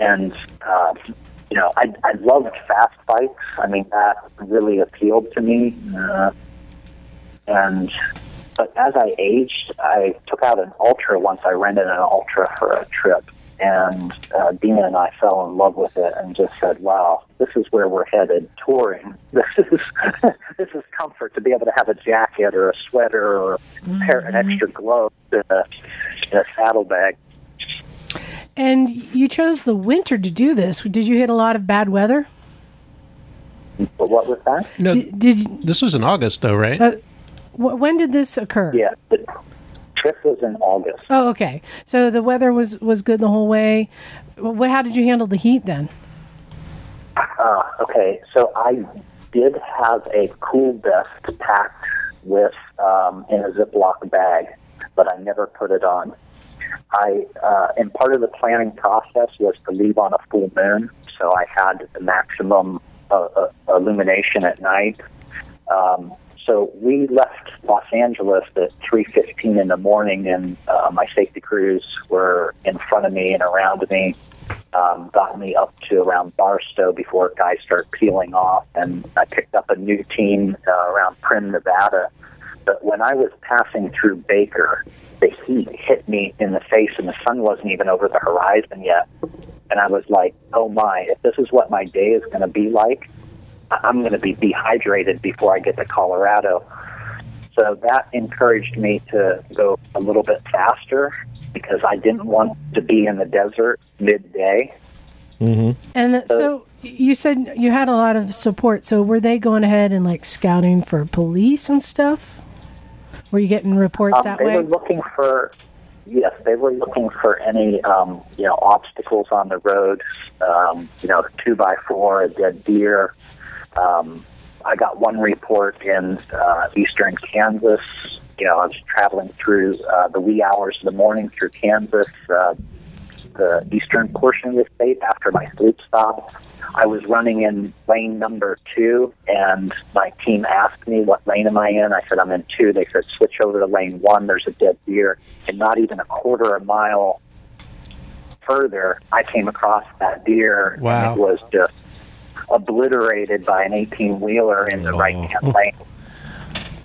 L: and uh, you know, I, I loved fast bikes. I mean, that really appealed to me, uh, and but as I aged, I took out an ultra once. I rented an ultra for a trip, and uh, Dina and I fell in love with it, and just said, "Wow, this is where we're headed. Touring. *laughs* This is this is comfort to be able to have a jacket or a sweater or a pair, an extra glove in a, in a saddlebag."
A: And you chose the winter to do this. Did you hit a lot of bad weather?
L: But what was that?
F: No.
A: Did, did you-
F: This was in August, though, right?
A: Uh, wh- when did this occur?
L: Yeah, the trip was in August.
A: Oh, okay. So the weather was was good the whole way. What? How did you handle the heat then?
L: Uh, okay, so I did have a cool vest packed with um, in a Ziploc bag, but I never put it on. I uh, and part of the planning process was to leave on a full moon, so I had the maximum uh, uh, illumination at night. Um, so we left Los Angeles at 3:15 in the morning, and uh, my safety crews were in front of me and around me um, got me up to around Barstow before guys start peeling off, and I picked up a new team uh, around Prim, Nevada. But when I was passing through Baker, the heat hit me in the face, and the sun wasn't even over the horizon yet. And I was like, "Oh my! If this is what my day is going to be like, I- I'm going to be dehydrated before I get to Colorado." So that encouraged me to go a little bit faster because I didn't want to be in the desert midday.
E: Mm-hmm.
A: And th- so you said you had a lot of support. So were they going ahead and like scouting for police and stuff? Were you getting reports
L: Um,
A: that
L: they
A: way?
L: were looking for, yes, they were looking for any, um, you know, obstacles on the road, um, you know, two by four, a dead deer. Um, I got one report in uh, eastern Kansas you know, I was traveling through uh, the wee hours of the morning through Kansas, uh, the eastern portion of the state after my sleep stop. I was running in lane number two, and my team asked me, What lane am I in? I said, I'm in two. They said, Switch over to lane one. There's a dead deer. And not even a quarter of a mile further, I came across that deer.
F: Wow.
L: And it was just obliterated by an 18 wheeler in the right hand lane. So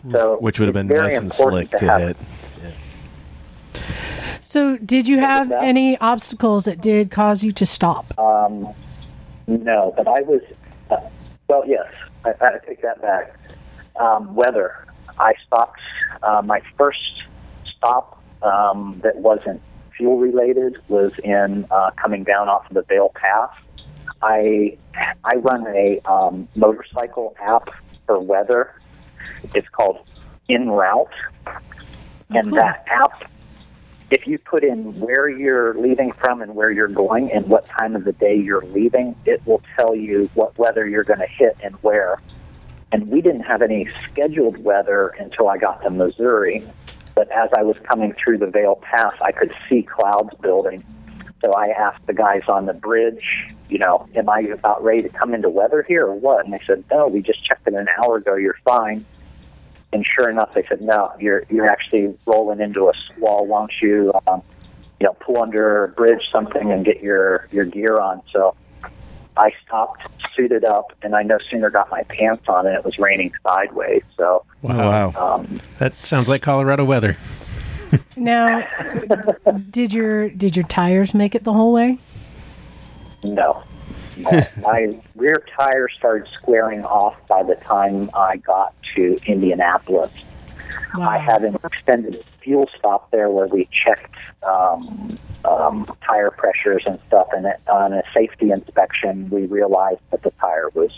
C: Oh. Which would have
L: it's
C: been
L: very
C: nice and
L: important
C: slick to,
L: have
C: hit.
A: So, did you have any obstacles that did cause you to stop?
L: Um, no, but I was. Uh, well, yes, I, I take that back. Um, weather. I stopped. Uh, my first stop um, that wasn't fuel related was in uh, coming down off of the Vale Pass. I I run a um, motorcycle app for weather. It's called In Route, and that app if you put in where you're leaving from and where you're going and what time of the day you're leaving, it will tell you what weather you're going to hit and where. And we didn't have any scheduled weather until I got to Missouri. But as I was coming through the Vale Pass, I could see clouds building. So I asked the guys on the bridge, you know, am I about ready to come into weather here or what? And they said, no, we just checked in an hour ago. You're fine. And sure enough, they said, no, you're you're actually rolling into a squall. Why don't you, um, you know, pull under a bridge, something, and get your your gear on? So I stopped, suited up, and I no sooner got my pants on, and it was raining sideways. So
C: Oh,
F: Wow.
L: Um,
F: that sounds like Colorado weather.
L: *laughs*
A: Now, did your did your tires make it the whole way?
L: No. No. My rear tire started squaring off by the time I got to Indianapolis. I had an extended fuel stop there where we checked um, um, tire pressures and stuff, and it, on a safety inspection, we realized that the tire was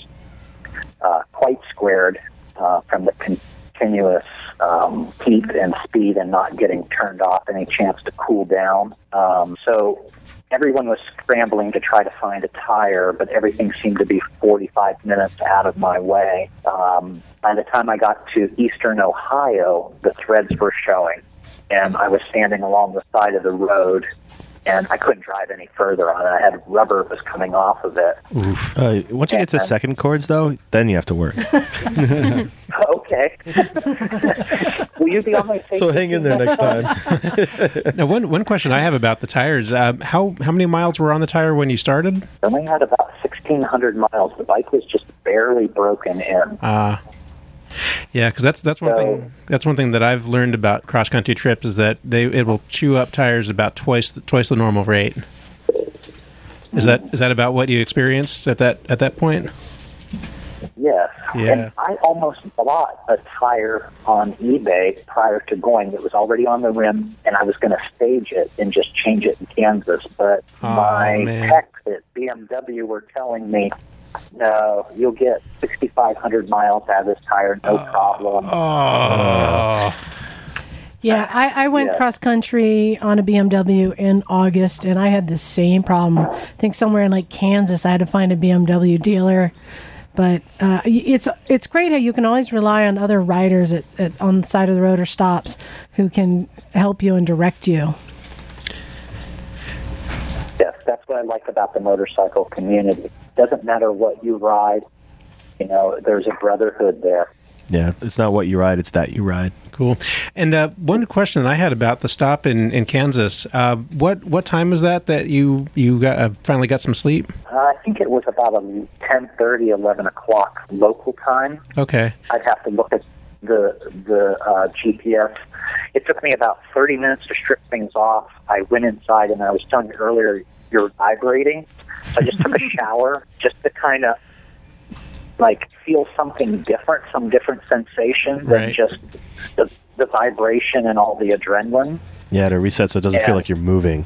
L: uh, quite squared uh, from the continuous um, heat and speed and not getting turned off any chance to cool down. Um, so everyone was scrambling to try to find a tire, but everything seemed to be 45 minutes out of my way. Um, by the time I got to eastern Ohio, the threads were showing, and I was standing along the side of the road. And I couldn't drive any further on it. I had rubber was coming off of it.
C: Oof. Uh, once you get to
L: Yeah.
C: second chords, though, then you have
L: *laughs*
C: to work. *laughs*
L: Okay. Will you be on my
E: So hang in there next time.
F: *laughs* now, one one question I have about the tires: uh, how how many miles were on the tire when you started?
L: Only had about 1,600 miles. The bike was just barely broken in.
F: Uh, yeah, because that's that's one thing. That's one thing that I've learned about cross country trips is that they it will chew up tires about twice the, twice the normal rate. Is that is that about what you experienced at that at that point?
L: Yes.
F: Yeah.
L: And I almost bought a tire on eBay prior to going. It was already on the rim, and I was going to stage it and just change it in Kansas. But
M: Aw,
L: my
M: man.
L: techs at BMW were telling me, no, you'll get 6,500 miles out of this tire, no problem.
F: Uh,
A: Yeah, I, I went
L: Yeah.
A: cross country on a BMW in August, and I had the same problem. I think somewhere in like Kansas, I had to find a BMW dealer. But uh, y- it's it's great how you can always rely on other riders at, at, on the side of the road or stops who can help you and direct you.
L: Yes, that's what I like about the motorcycle community. Doesn't matter what you ride, you know, there's a brotherhood there.
C: yeah, it's not what you ride, it's that you ride.
F: Cool. And uh, one question that I had about the stop in in Kansas: uh, what what time was that that you you got, uh, finally got some sleep?
L: Uh, I think it was about um, 10:30, 11 o'clock local time.
F: Okay.
L: I'd have to look at the the uh, GPS. It took me about 30 minutes to strip things off. I went inside, and I was telling you earlier, you're vibrating. So I just took a shower just to kind of like feel something different, some different sensation
C: Right.
L: than just the, the vibration and all the adrenaline.
C: Yeah, to reset so it doesn't
L: Yeah.
C: feel like you're moving.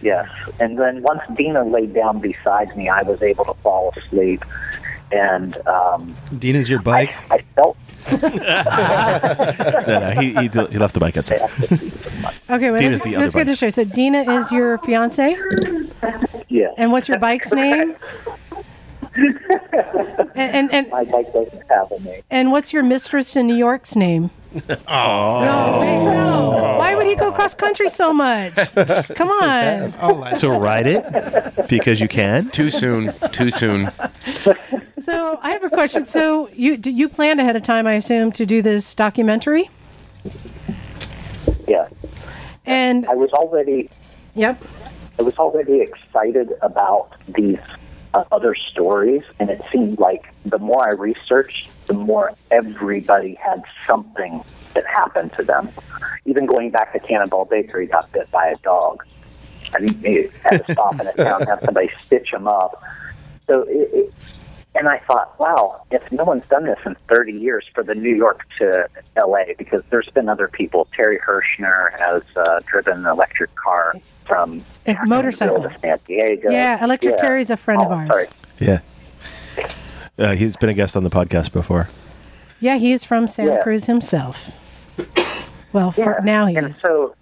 L: Yes. And then once Dina laid down beside me, I was able to fall asleep. And um,
C: Dina's your bike?
L: I felt.
C: *laughs* no, no, he, he, he left the bike outside.
A: Okay, wait,
C: Dina's
A: let's,
C: the
A: let's
C: other
A: get this straight. So Dina is your fiance,
L: Yeah.
A: and what's your bike's name? And, and, and
L: I'd like those to have a name.
A: And what's your mistress in New York's name?
C: Oh.
A: No, wait, no.
L: Oh.
A: Why would he go cross country so much? Come on.
C: So ride it because you can.
M: Too soon. Too soon.
A: So I have a question. So you do you planned ahead of time, I assume, to do this documentary?
L: Yeah.
A: And
L: I was already
A: Yep.
L: I was already excited about these uh, other stories, and it seemed like the more I researched, the more everybody had something that happened to them. Even going back to Cannonball Baker, he got bit by a dog. I mean, he had to stop in a town and have somebody stitch him up. So, it, it, and I thought, wow, if no one's done this in 30 years for the New York to L.A., because there's been other people. Terry Hirschner has uh, driven an electric car from
A: A motorcycle.
L: to San Diego.
A: Yeah, Electric
L: Yeah.
A: Terry's a friend of
L: Oh,
A: ours.
L: sorry.
C: Yeah. Uh, he's been a guest on the podcast before.
A: Yeah, he is from Santa Cruz himself. Well, for now he is.
L: So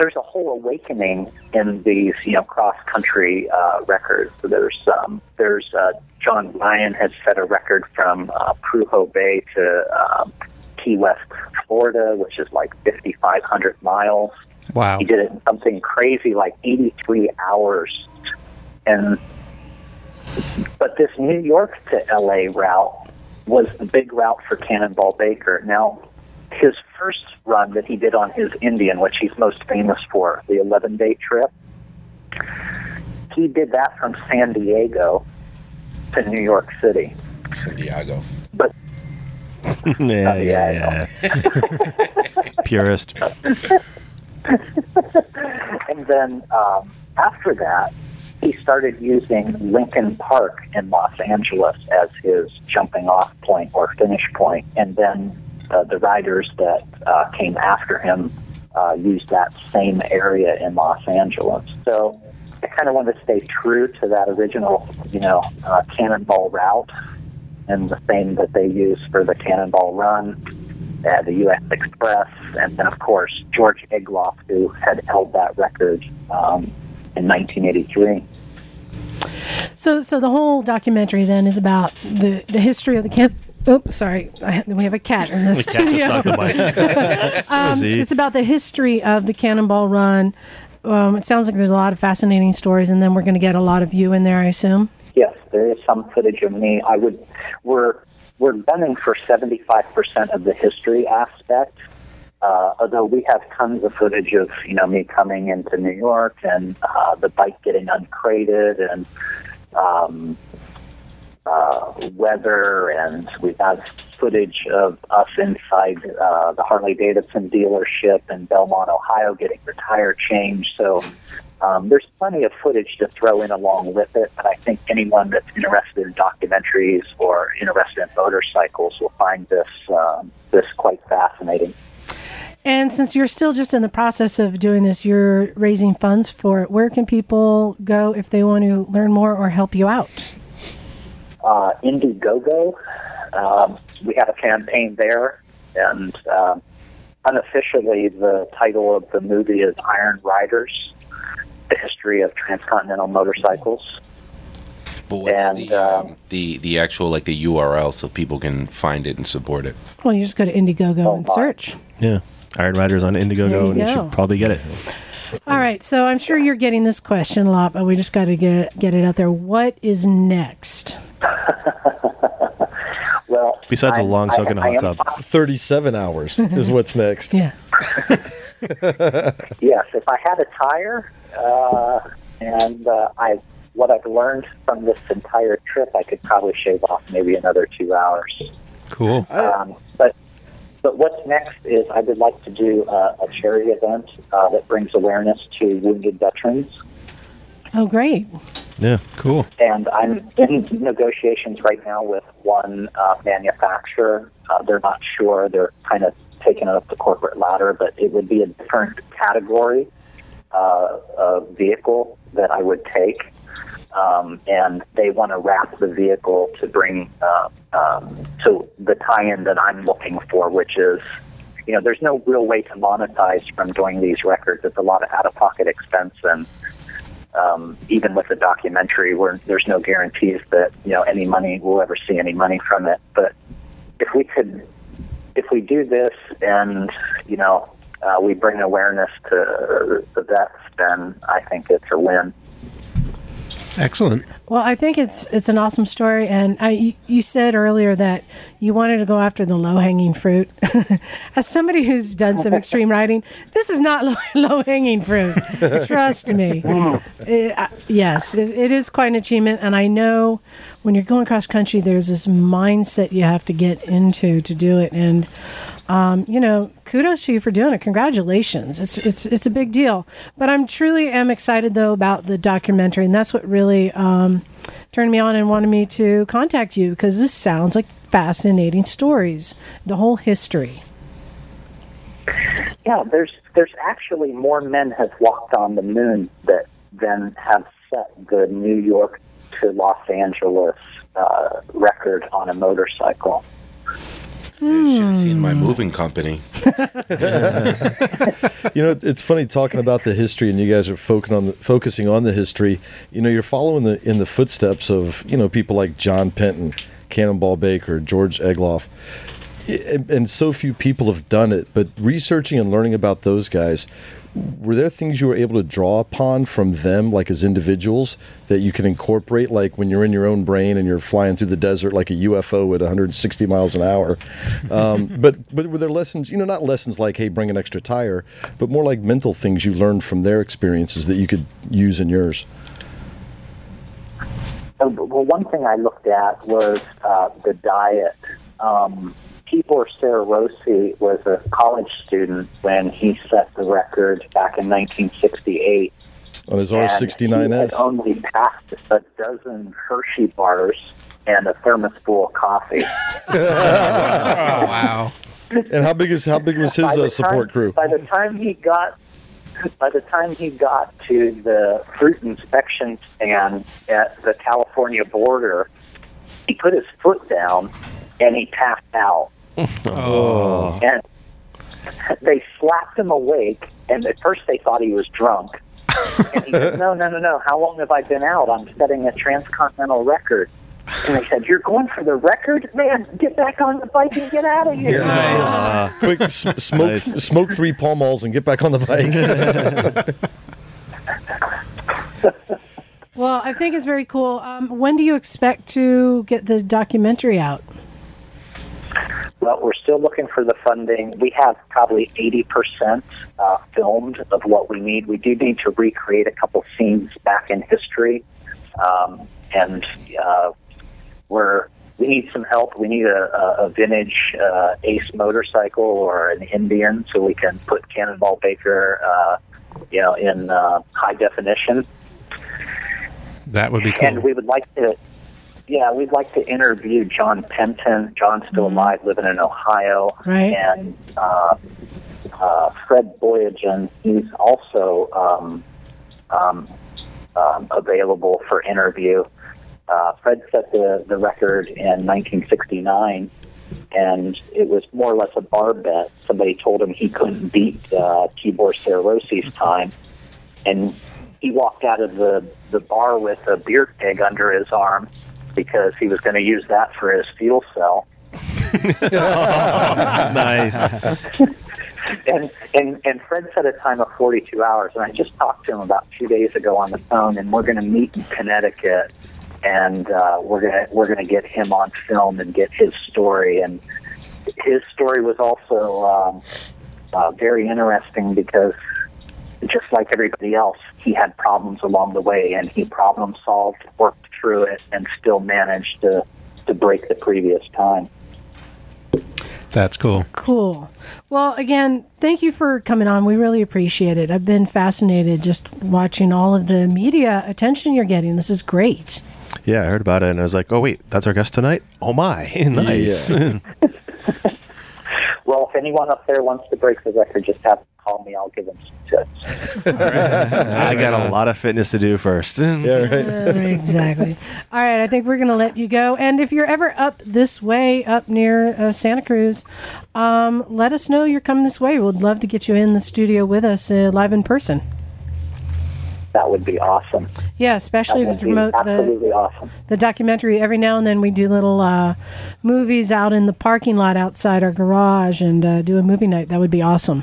L: there's a whole awakening in these, you know, cross-country uh, records. So there's um, there's uh, John Ryan has set a record from uh, Pruho Bay to um, Key West, Florida, which is like 5,500 miles.
F: Wow.
L: He did it in something crazy like 83 hours. And but this New York to LA route was the big route for Cannonball Baker. Now his first run that he did on his Indian, which he's most famous for, the 11 day trip, he did that from San Diego to New York City.
E: San Diego.
L: But
C: *laughs*
L: Oh,
C: yeah, yeah, yeah. *laughs*
L: *laughs*
C: Purist.
L: and then um, after that, he started using Lincoln Park in Los Angeles as his jumping off point or finish point. And then uh, the riders that uh, came after him uh, used that same area in Los Angeles. So I kind of wanted to stay true to that original, you know, uh, cannonball route and the same that they use for the Cannonball Run, uh, the U.S. Express, and then, of course, George Egloff, who had held that record um, in 1983.
A: So, so the whole documentary then is about the, the history of the camp. Oops, sorry. I, ha- we have a cat in the
C: The cat just
A: studio.
C: knocked the mic.
A: um,
C: Rosie.
A: it's about the history of the Cannonball Run. Um, it sounds like there's a lot of fascinating stories, and then we're going to get a lot of you in there, I assume.
L: Yes, there is some footage of me. I would, we're, we're gunning for 75% of the history aspect. Uh, although we have tons of footage of you know me coming into New York and uh, the bike getting uncrated and um, uh, weather, and we have footage of us inside uh, the Harley Davidson dealership in Belmont, Ohio, getting your tire changed. So um, there's plenty of footage to throw in along with it, but I think anyone that's interested in documentaries or interested in motorcycles will find this um, this quite fascinating.
A: And since you're still just in the process of doing this, you're raising funds for it. Where can people go if they want to learn more or help you out?
L: uh, Indiegogo. Um, we had a campaign there, and um, unofficially, the title of the movie is Iron Riders: The History of Transcontinental Motorcycles.
M: But what's
L: And,
M: the, um, the the actual like the URL so people can find it and support it?
A: Well, you just go to Indiegogo and search.
C: Yeah. Iron Riders on
A: There you
C: Indiegogo, and you
A: go.
C: should probably get it.
A: All right, so I'm sure you're getting this question a lot, but we just got to get get it out there. What is next?
L: Well,
E: Besides
L: a
E: a
L: I'm- long
E: long
L: I- soak
E: soak
L: in
E: in
L: a
E: a
L: I hot
E: hot
L: am-
E: tub. 37 hours is what's next.
A: Yeah.
L: yes, if I had a tire, uh, and uh, I what I've learned from this entire trip, I could probably shave off maybe another two hours.
F: Cool.
L: Um, but but what's next is I would like to do uh, a charity event uh, that brings awareness to wounded veterans,
A: Oh, great.
C: Yeah.
F: Cool.
L: and I'm in negotiations right now with one uh, manufacturer. Uh, they're not sure; they're kind of taking it up the corporate ladder, but it would be a different category uh, of vehicle that I would take. Um, and they want to wrap the vehicle to bring uh, um, to the tie-in that I'm looking for, which is, you know, there's no real way to monetize from doing these records. It's a lot of out-of-pocket expense, and um, even with the documentary, where there's no guarantees that you know any money we'll ever see any money from it. But if we could, if we do this, and you know, uh, we bring awareness to the vets, then I think it's a win.
F: Excellent.
A: Well, I think it's it's an awesome story, and I you- you said earlier that you wanted to go after the low hanging fruit. *laughs* As somebody who's done some extreme riding, this is not *laughs* low hanging fruit. Trust me. It- I- yes, it, it is quite an achievement, and I know when you're going cross country, there's this mindset you have to get into to do it, and um, you know, kudos to you for doing it. Congratulations. It's it's it's a big deal. But I'm truly am excited though about the documentary, and that's what really um, turned me on and wanted me to contact you because this sounds like fascinating stories, the whole history.
L: Yeah, there's there's actually more men have walked on the moon that than have set the New York to Los Angeles uh, record on a motorcycle.
M: Should have seen my moving company.
E: *laughs* you know, it- it's funny talking about the history, and you guys are focusing on the, focusing on the history. You know, you're following the in the footsteps of you know people like John Penton, Cannonball Baker, George Egloff, I- and, and so few people have done it. But researching and learning about those guys, were there things you were able to draw upon from them, like as individuals, that you can incorporate, like when you're in your own brain and you're flying through the desert like a UFO at 160 miles an hour? Um, *laughs* but but were there lessons, you know, not lessons like hey, bring an extra tire, but more like mental things you learned from their experiences that you could use in yours?
L: Uh, Well, one thing I looked at was uh, the diet. Um, Tibor Sararosi was a college student when he set the record back in 1968.
E: On his
L: And He had um,
E: R69S?
L: *laughs* only passed a dozen Hershey bars and a thermos full of coffee.
E: wow. And how big is how big was his
L: By the
E: uh, support
L: time-
E: crew?
L: By the time he got, by the time he got to the fruit inspection stand at the California border, he put his foot down and he passed out.
N: Oh.
L: And they slapped him awake. And at first they thought he was drunk. And he said, "No, no, no, no. How long have I been out? I'm setting a transcontinental record." And they said, "You're going for the record, man. Get back on the bike and get out of here."
E: Quick, s- smoke smoke three Pall Malls and get back on the bike.
A: Well, I think it's very cool. Um, when do you expect to get the documentary out?
L: Well, we're still looking for the funding. We have probably 80% uh, filmed of what we need. We do need to recreate a couple scenes back in history. Um, and uh, we're, we need some help. We need a, a, a vintage uh, Ace motorcycle or an Indian so we can put Cannonball Baker uh, you know, in uh, high definition.
F: That would be cool.
L: And we would like to, yeah, we'd like to interview John Penton. John's still alive, living in Ohio.
A: Right.
L: And uh, uh, Fred Boyajian, he's also um, um, um, available for interview. Uh, Fred set the, the record in 1969, and it was more or less a bar bet. Somebody told him he couldn't beat uh, Tibor Cerosi's time, and he walked out of the, the bar with a beer keg under his arm because he was going to use that for his fuel cell.
C: nice.
L: and, and and Fred set a time of 42 hours, and I just talked to him about two days ago on the phone, and we're going to meet in Connecticut, and uh, we're gonna we're gonna get him on film and get his story, and his story was also um, uh, very interesting because just like everybody else, he had problems along the way, and he problem solved, worked through it, and still managed to to break the previous time.
F: That's cool.
A: Cool. Well, again, thank you for coming on. We really appreciate it. I've been fascinated just watching all of the media attention you're getting. This is great.
C: Yeah, I heard about it and I was like, oh, wait, that's our guest tonight? Oh, my. *laughs* nice.
E: Yeah.
L: Well, if anyone up there wants to break the record, just have them call me. I'll give them some tips.
C: I got a lot of fitness to do first.
A: Uh, *laughs* exactly. All right, I think we're going to let you go. And if you're ever up this way, up near uh, Santa Cruz, um, let us know you're coming this way. We'd love to get you in the studio with us uh, live in person.
L: that would be awesome.
A: Yeah, especially
L: That
A: to
L: would be
A: promote
L: absolutely
A: the
L: awesome.
A: the documentary. Every now and then we do little uh, movies out in the parking lot outside our garage and uh, do a movie night. That would be awesome.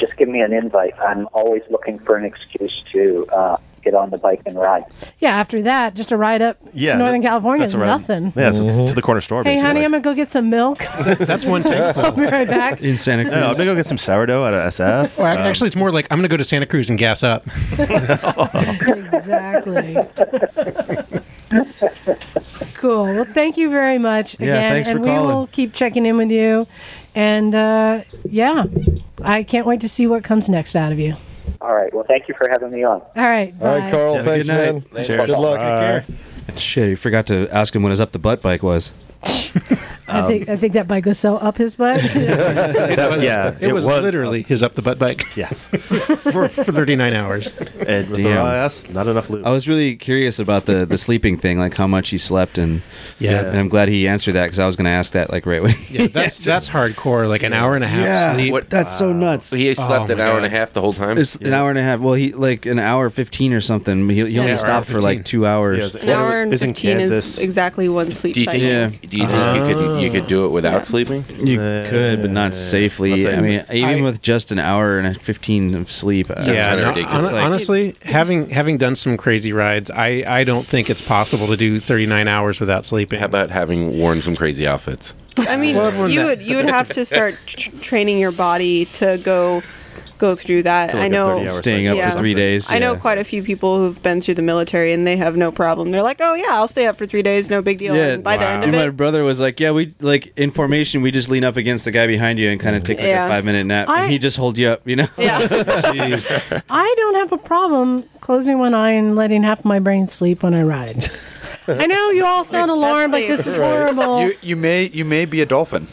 L: Just give me an invite. I'm always looking for an excuse to uh, get on the bike and ride.
A: Yeah, after that, just a ride up
C: Yeah,
A: to Northern
C: that-
A: California is
C: that's around-
A: nothing.
C: Yeah, so
F: Mm-hmm.
C: to the corner store.
A: Hey,
C: basically.
A: honey, I'm gonna go get some milk.
F: *laughs* That's one take.
A: *laughs* I'll be right
F: *laughs*
A: back.
G: *laughs*
C: in Santa Cruz. I'm gonna go get some sourdough out of SF.
F: Well,
M: Um,
F: actually, it's more like I'm going to go to Santa Cruz and gas
M: *laughs*
F: up.
A: exactly. *laughs* cool. Well, thank you very much
F: Yeah,
A: again,
F: thanks for
A: and we
F: calling.
A: will keep checking in with you. And uh, yeah, I can't wait to see what comes next out of you.
L: All right. Well, thank you for having me on.
A: All right.
E: All right,
A: bye.
E: Carl.
G: Have a
E: thanks,
G: good night.
E: man.
G: Later.
E: Good
G: Cheers.
E: luck.
G: Take Shit, you forgot to ask him what his up the butt bike *laughs* was. Um,
A: I think I think that bike was so up his
G: *laughs*
A: butt. *laughs*
F: yeah, it, was, literally his up the butt bike. *laughs*
C: Yes,
F: for, for 39 hours.
M: Uh,
C: With the raw ass, not enough lube.
G: I was really curious about the, the sleeping thing, like how much he slept, and
F: Yeah.
G: and I'm glad he answered that because I was going to ask that like right when.
F: Yeah, that's that's hardcore. Like an hour and a half sleep.
G: What, that's so nuts.
M: So he slept
G: Oh
M: an
G: my
M: hour
G: God.
M: and a half the whole time.
G: It's an hour and a half. Well, he like an hour fifteen or something. but He, he
M: Yeah,
G: only
M: an hour
G: stopped for like
M: 15.
G: two hours.
D: An hour and fifteen is exactly one sleep
M: Do you think?
D: cycle.
M: Do you think you could you could do it without sleeping?
G: You could, but not safely.
M: Not
G: I mean,
M: safely.
G: even with just an hour and a fifteen of sleep, uh,
M: That's kinda
F: no,
M: ridiculous.
F: hon-
M: Like-
F: honestly, having having done some crazy rides, I, I don't think it's possible to do 39 hours without sleeping. How
M: about having worn some crazy outfits?
D: I mean, you would you would have to start tr- training your body to go go through that.
G: So like
D: I
G: a
D: know
G: 30 hour Staying up for cycle. three days,
D: I know
G: yeah.
D: quite a few people who've been through the military and they have no problem. They're like, "Oh yeah, I'll stay up for three days, no big deal." and by the end of
G: my
D: it,
G: brother was like, "Yeah, we like in formation, we just lean up against the guy behind you and kind of take like
A: Yeah.
G: a five minute nap,
A: I-
G: and he just hold you up, you know." Yeah. *laughs*
A: I don't have a problem closing one eye and letting half my brain sleep when I ride. I know you all sound alarmed, like this is horrible.
J: You, you may you may be a dolphin.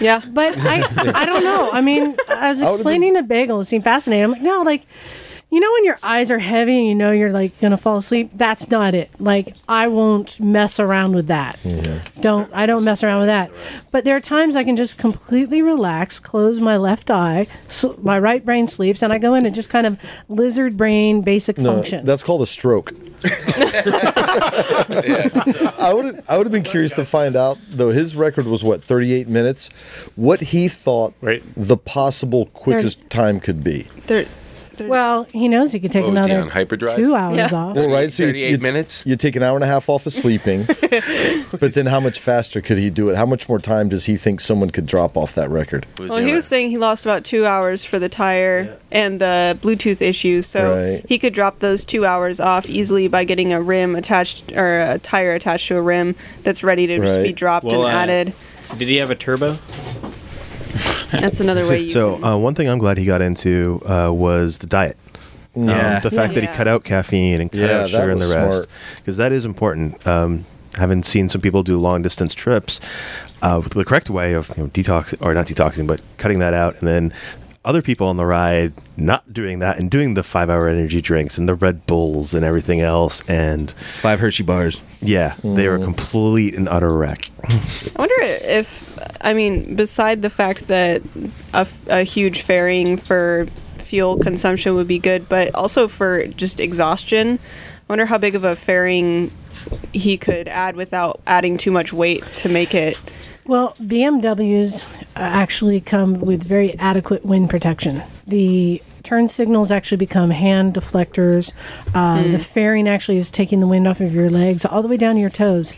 D: yeah,
A: but I I don't know. I mean, I
E: *laughs*
A: was explaining to Bagel, it seemed fascinating. I'm like, no, like, you know, when your eyes are heavy and you know you're like gonna fall asleep, that's not it. Like, I won't mess around with that. Don't I don't mess around with that. But there are times I can just completely relax, close my left eye, sl- my right brain sleeps, and I go into just kind of lizard brain basic
E: No,
A: function.
E: that's called
M: *laughs*
E: a stroke. I would I would have been curious to find out though his record was what 38 minutes, what he thought the possible quickest time could be.
A: well, he knows he could take
M: What was Oh, he
A: another
M: on, hyperdrive?
A: two hours off.
E: Well, right, so you-
M: 38
E: you,
M: minutes.
E: You take an hour and a half off of
M: *laughs*
E: sleeping, but then how much faster could he do it? How much more time does he think someone could drop off that record?
D: well, he was saying he lost about two hours for the tire and the Bluetooth issue, so
E: Right.
D: he could drop those two hours off easily by getting a rim attached or a tire attached to a rim that's ready to just be
C: Right.
D: dropped
I: Well,
D: and
G: *laughs*
I: uh,
D: added.
I: Did he have a turbo?
D: That's another
C: *laughs*
D: way you.
C: so uh, one thing I'm glad he got into uh, was the diet. Um,
I: Yeah.
C: the fact that
I: Yeah.
C: he cut out caffeine and cut
E: Yeah,
C: out
E: that
C: sugar and the
E: was
C: rest
E: smart.
C: because that is important. Um, having seen some people do long distance trips uh, with the correct way of you know, detox or not detoxing, but cutting that out, and then other people on the ride not doing that and doing the five hour energy drinks and the Red Bulls and everything else and
G: five Hershey bars.
C: Yeah, they were complete and utter wreck.
D: I wonder if, I mean, beside the fact that a, a huge fairing for fuel consumption would be good, but also for just exhaustion, I wonder how big of a fairing he could add without adding too much weight to make it.
A: Well, BMWs uh, actually come with very adequate wind protection. The turn signals actually become hand deflectors. Uh,
O: Mm.
A: The fairing actually is taking the wind off of your legs all the way down to your toes.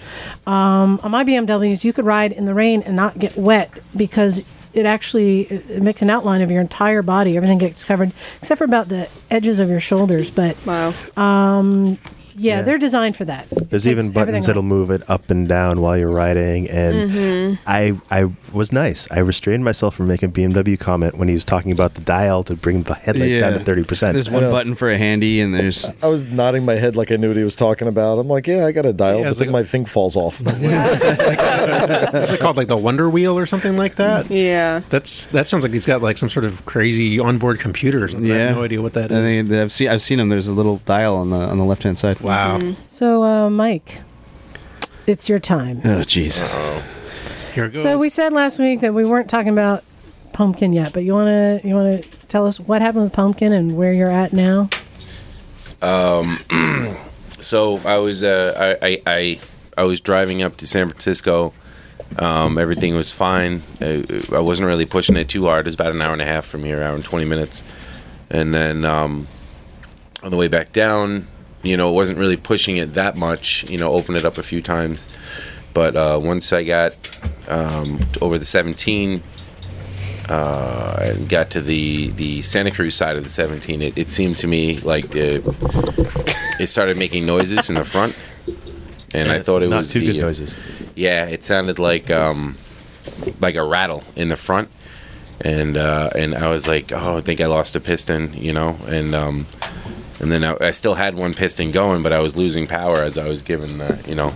A: Um, on my BMWs, you could ride in the rain and not get wet because it actually it it makes an outline of your entire body. Everything gets covered except for about the edges of your shoulders. But
D: wow,
A: um, yeah,
C: Yeah.
A: they're designed for that. It
C: There's
A: takes
C: even buttons
A: everything
C: that'll move it up and down while you're riding, and
A: Mhm.
C: I I was nice. I restrained myself from making BMW comment when he was talking about the dial to bring the headlights down to
G: Yeah.
C: thirty percent.
G: There's one button for a handy, and there's
E: I was nodding my head like I knew what he was talking about. I'm like, yeah, I got a dial, but then my thing falls off.
F: Is it called like the Wonder Wheel or something like that?
D: Yeah.
F: That's that sounds like he's got like some sort of crazy onboard computer or something. I
G: Yeah.
F: have no idea what that
G: I
F: is.
G: think I've seen I've seen them. There's a little dial on the on the left hand side.
F: Wow.
A: So, uh, Mike, it's your time.
G: Oh jeez.
F: Here
A: So we said last week that we weren't talking about pumpkin yet, but you wanna you wanna tell us what happened with pumpkin and where you're at now?
M: Um, *clears throat* so I was uh, I, I I I was driving up to San Francisco. Um, everything was fine. I, I wasn't really pushing it too hard. It was about an hour and a half from here, hour and twenty minutes, and then um, on the way back down, you know, wasn't really pushing it that much. You know, opened it up a few times, but uh, once I got um, t- over the 17, uh, and got to the the Santa Cruz side of the 17, it, it seemed to me like the it started making noises in the front, and I
C: Yeah,
M: thought it
C: not
M: was
C: too
M: the,
C: good noises.
M: Yeah, it sounded like um, like a rattle in the front. And uh, and I was like, oh, I think I lost a piston, you know, and um, and then I, I still had one piston going, but I was losing power as I was giving the, you know,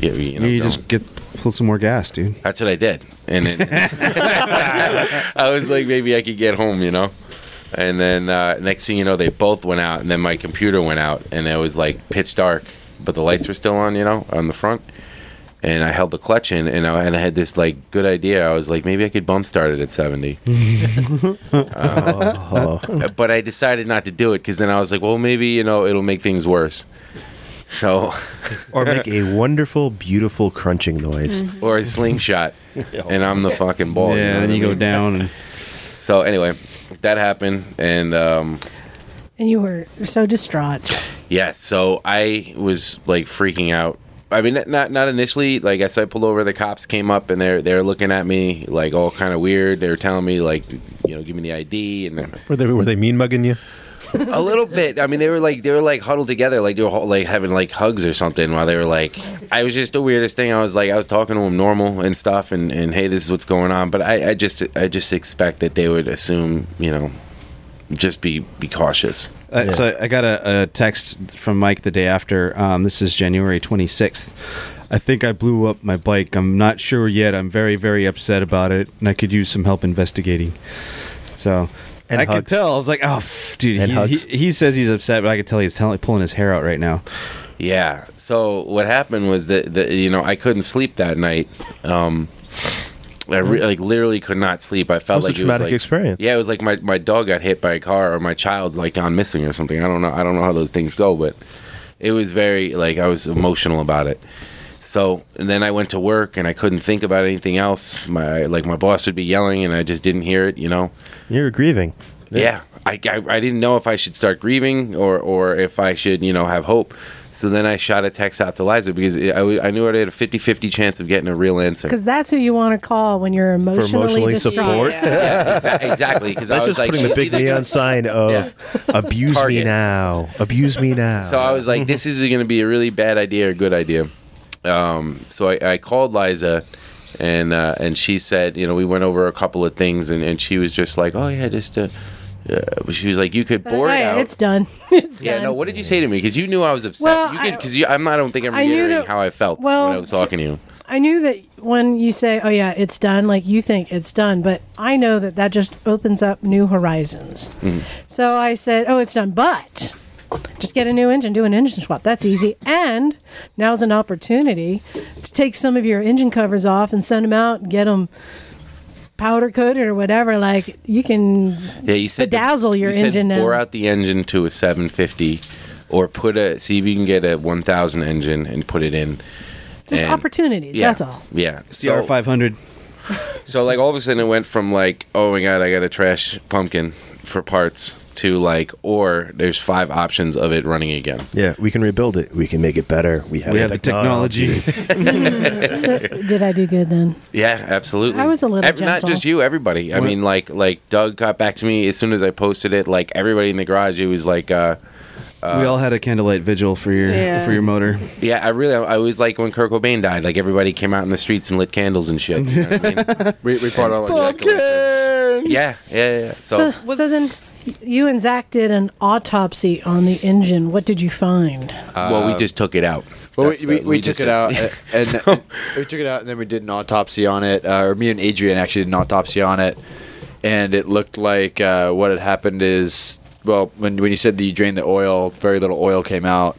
M: get, you, know,
G: you
M: going.
G: just get pull some more gas, dude.
M: That's what I did, and it, I was like, maybe I could get home, you know. And then uh, next thing you know, they both went out, and then my computer went out, and it was like pitch dark, but the lights were still on, you know, on the front. And I held the clutch in, and I, and I had this like good idea. I was like, maybe I could bump start it at seventy. Uh, but I decided not to do it because then I was like, well, maybe you know it'll make things worse. So, *laughs*
C: or make a wonderful, beautiful crunching noise.
A: Mm-hmm.
M: or a
C: *laughs*
M: slingshot, and I'm the fucking ball.
C: Yeah, then you go
M: down. And... So anyway, that happened, and um,
A: And you were so distraught.
M: yeah, so I was like freaking out. I mean, not not initially. Like as I pulled over, the cops came up and they're they're looking at me like all kind of weird. They were telling me like, you know, give me the ID and. then-
F: Were they were they mean mugging you?
M: a little bit. I mean, they were like they were like huddled together, like they were hu- like having like hugs or something. While they were like, I was just the weirdest thing. I was like, I was talking to them normal and stuff, and and hey, this is what's going on. But I, I just I just expect that they would assume, you know, just be be cautious.
G: Uh, So I- I got a, a text from Mike the day after. Um, this is January 26th. I think I blew up my bike. I'm not sure yet. I'm very, very upset about it, and I could use some help investigating. So
C: And
G: I could
C: hugs.
G: tell. I was like, oh, f- dude,
C: And
G: he,
C: hugs.
G: he, he says he's upset, but I could tell he's telling, pulling his hair out right now.
M: Yeah. So what happened was that, that you know I couldn't sleep that night. Um, I re- like literally could not sleep. I felt
C: Mm-hmm. That was a
M: like it
C: traumatic
M: like-
C: experience.
M: Yeah, it was like my, my dog got hit by a car or my child's like gone missing or something. I don't know. I don't know how those things go, but it was very like I was emotional about it. So and then I went to work and I couldn't think about anything else. My like my boss would be yelling and I just didn't hear it. You know.
C: You're grieving.
M: Yeah, I, I, I didn't know if I should start grieving or, or if I should, you know, have hope. So then I shot a text out to Liza because I, w- I knew I had a 50 50 chance of getting a real answer.
A: Because that's who you want to call when you're emotionally, distraught.
M: *laughs* Yeah, exa- exactly. Because I
C: That's
M: was
C: just
M: like,
C: putting the
M: she's
C: big
M: either-
J: *laughs*
C: neon sign of "Abuse me now, abuse me now."
M: So I was like, this is going to be a really bad idea or good idea. Um, so I, I called Liza, and uh, and she said, you know, we went over a couple of things, and, and she was just like, oh yeah, just uh, uh, she was like, you could board
A: Right,
M: out.
A: it's done. *laughs* It's
M: Yeah, no. What did you say to me? Because you knew I was upset.
A: Well,
M: you could, because you, I'm, I don't think I'm
A: I knew
M: reiterating
A: that-
M: how I felt
A: well,
M: when I was talking to you.
A: I knew that when you say, "Oh yeah, it's done," like you think it's done, but I know that that just opens up new horizons. So I said, "Oh, it's done," but just get a new engine, do an engine swap. That's easy. And now's an opportunity to take some of your engine covers off and send them out and get them powder coated or whatever. Like you can
M: Yeah, you said
A: bedazzle your
M: you said
A: engine now.
M: bore out the engine to a 750, or put a see if you can get a 1000 engine and put it in.
A: Just
M: And-
A: opportunities.
M: Yeah,
A: That's all.
M: Yeah.
G: CR 500.
M: *laughs* So like all of a sudden it went from like oh my god I got a trash pumpkin for parts to like or there's five options of it running again.
C: yeah, we can rebuild it. We can make it better. We have,
M: We have the
A: So did I do good then?
M: Yeah, absolutely.
A: I was a little
M: Ev- not
A: gentle.
M: just you, everybody. I mean, like like Doug got back to me as soon as I posted it. Like everybody in the garage, it was like. Uh, uh,
G: we all had a candlelight vigil for your
M: Yeah.
G: for your motor.
M: yeah, I really, I was like when Kurt Cobain died. Like everybody came out in the streets and lit candles and shit. You know what I mean? we, we brought all Yeah, yeah, yeah.
A: So,
M: So,
A: so, then you and Zach did an autopsy on the engine. What did you find? *laughs*
M: well, we just took it out.
J: Well, we,
M: That's
J: we,
M: the-
J: we took
M: just *laughs*
J: it out, uh, and *laughs* we took it out, and then we did an autopsy on it. Uh, or me and Adrian actually did an autopsy on it, and it looked like uh, what had happened is well, when when you said that you drained the oil, very little oil came out,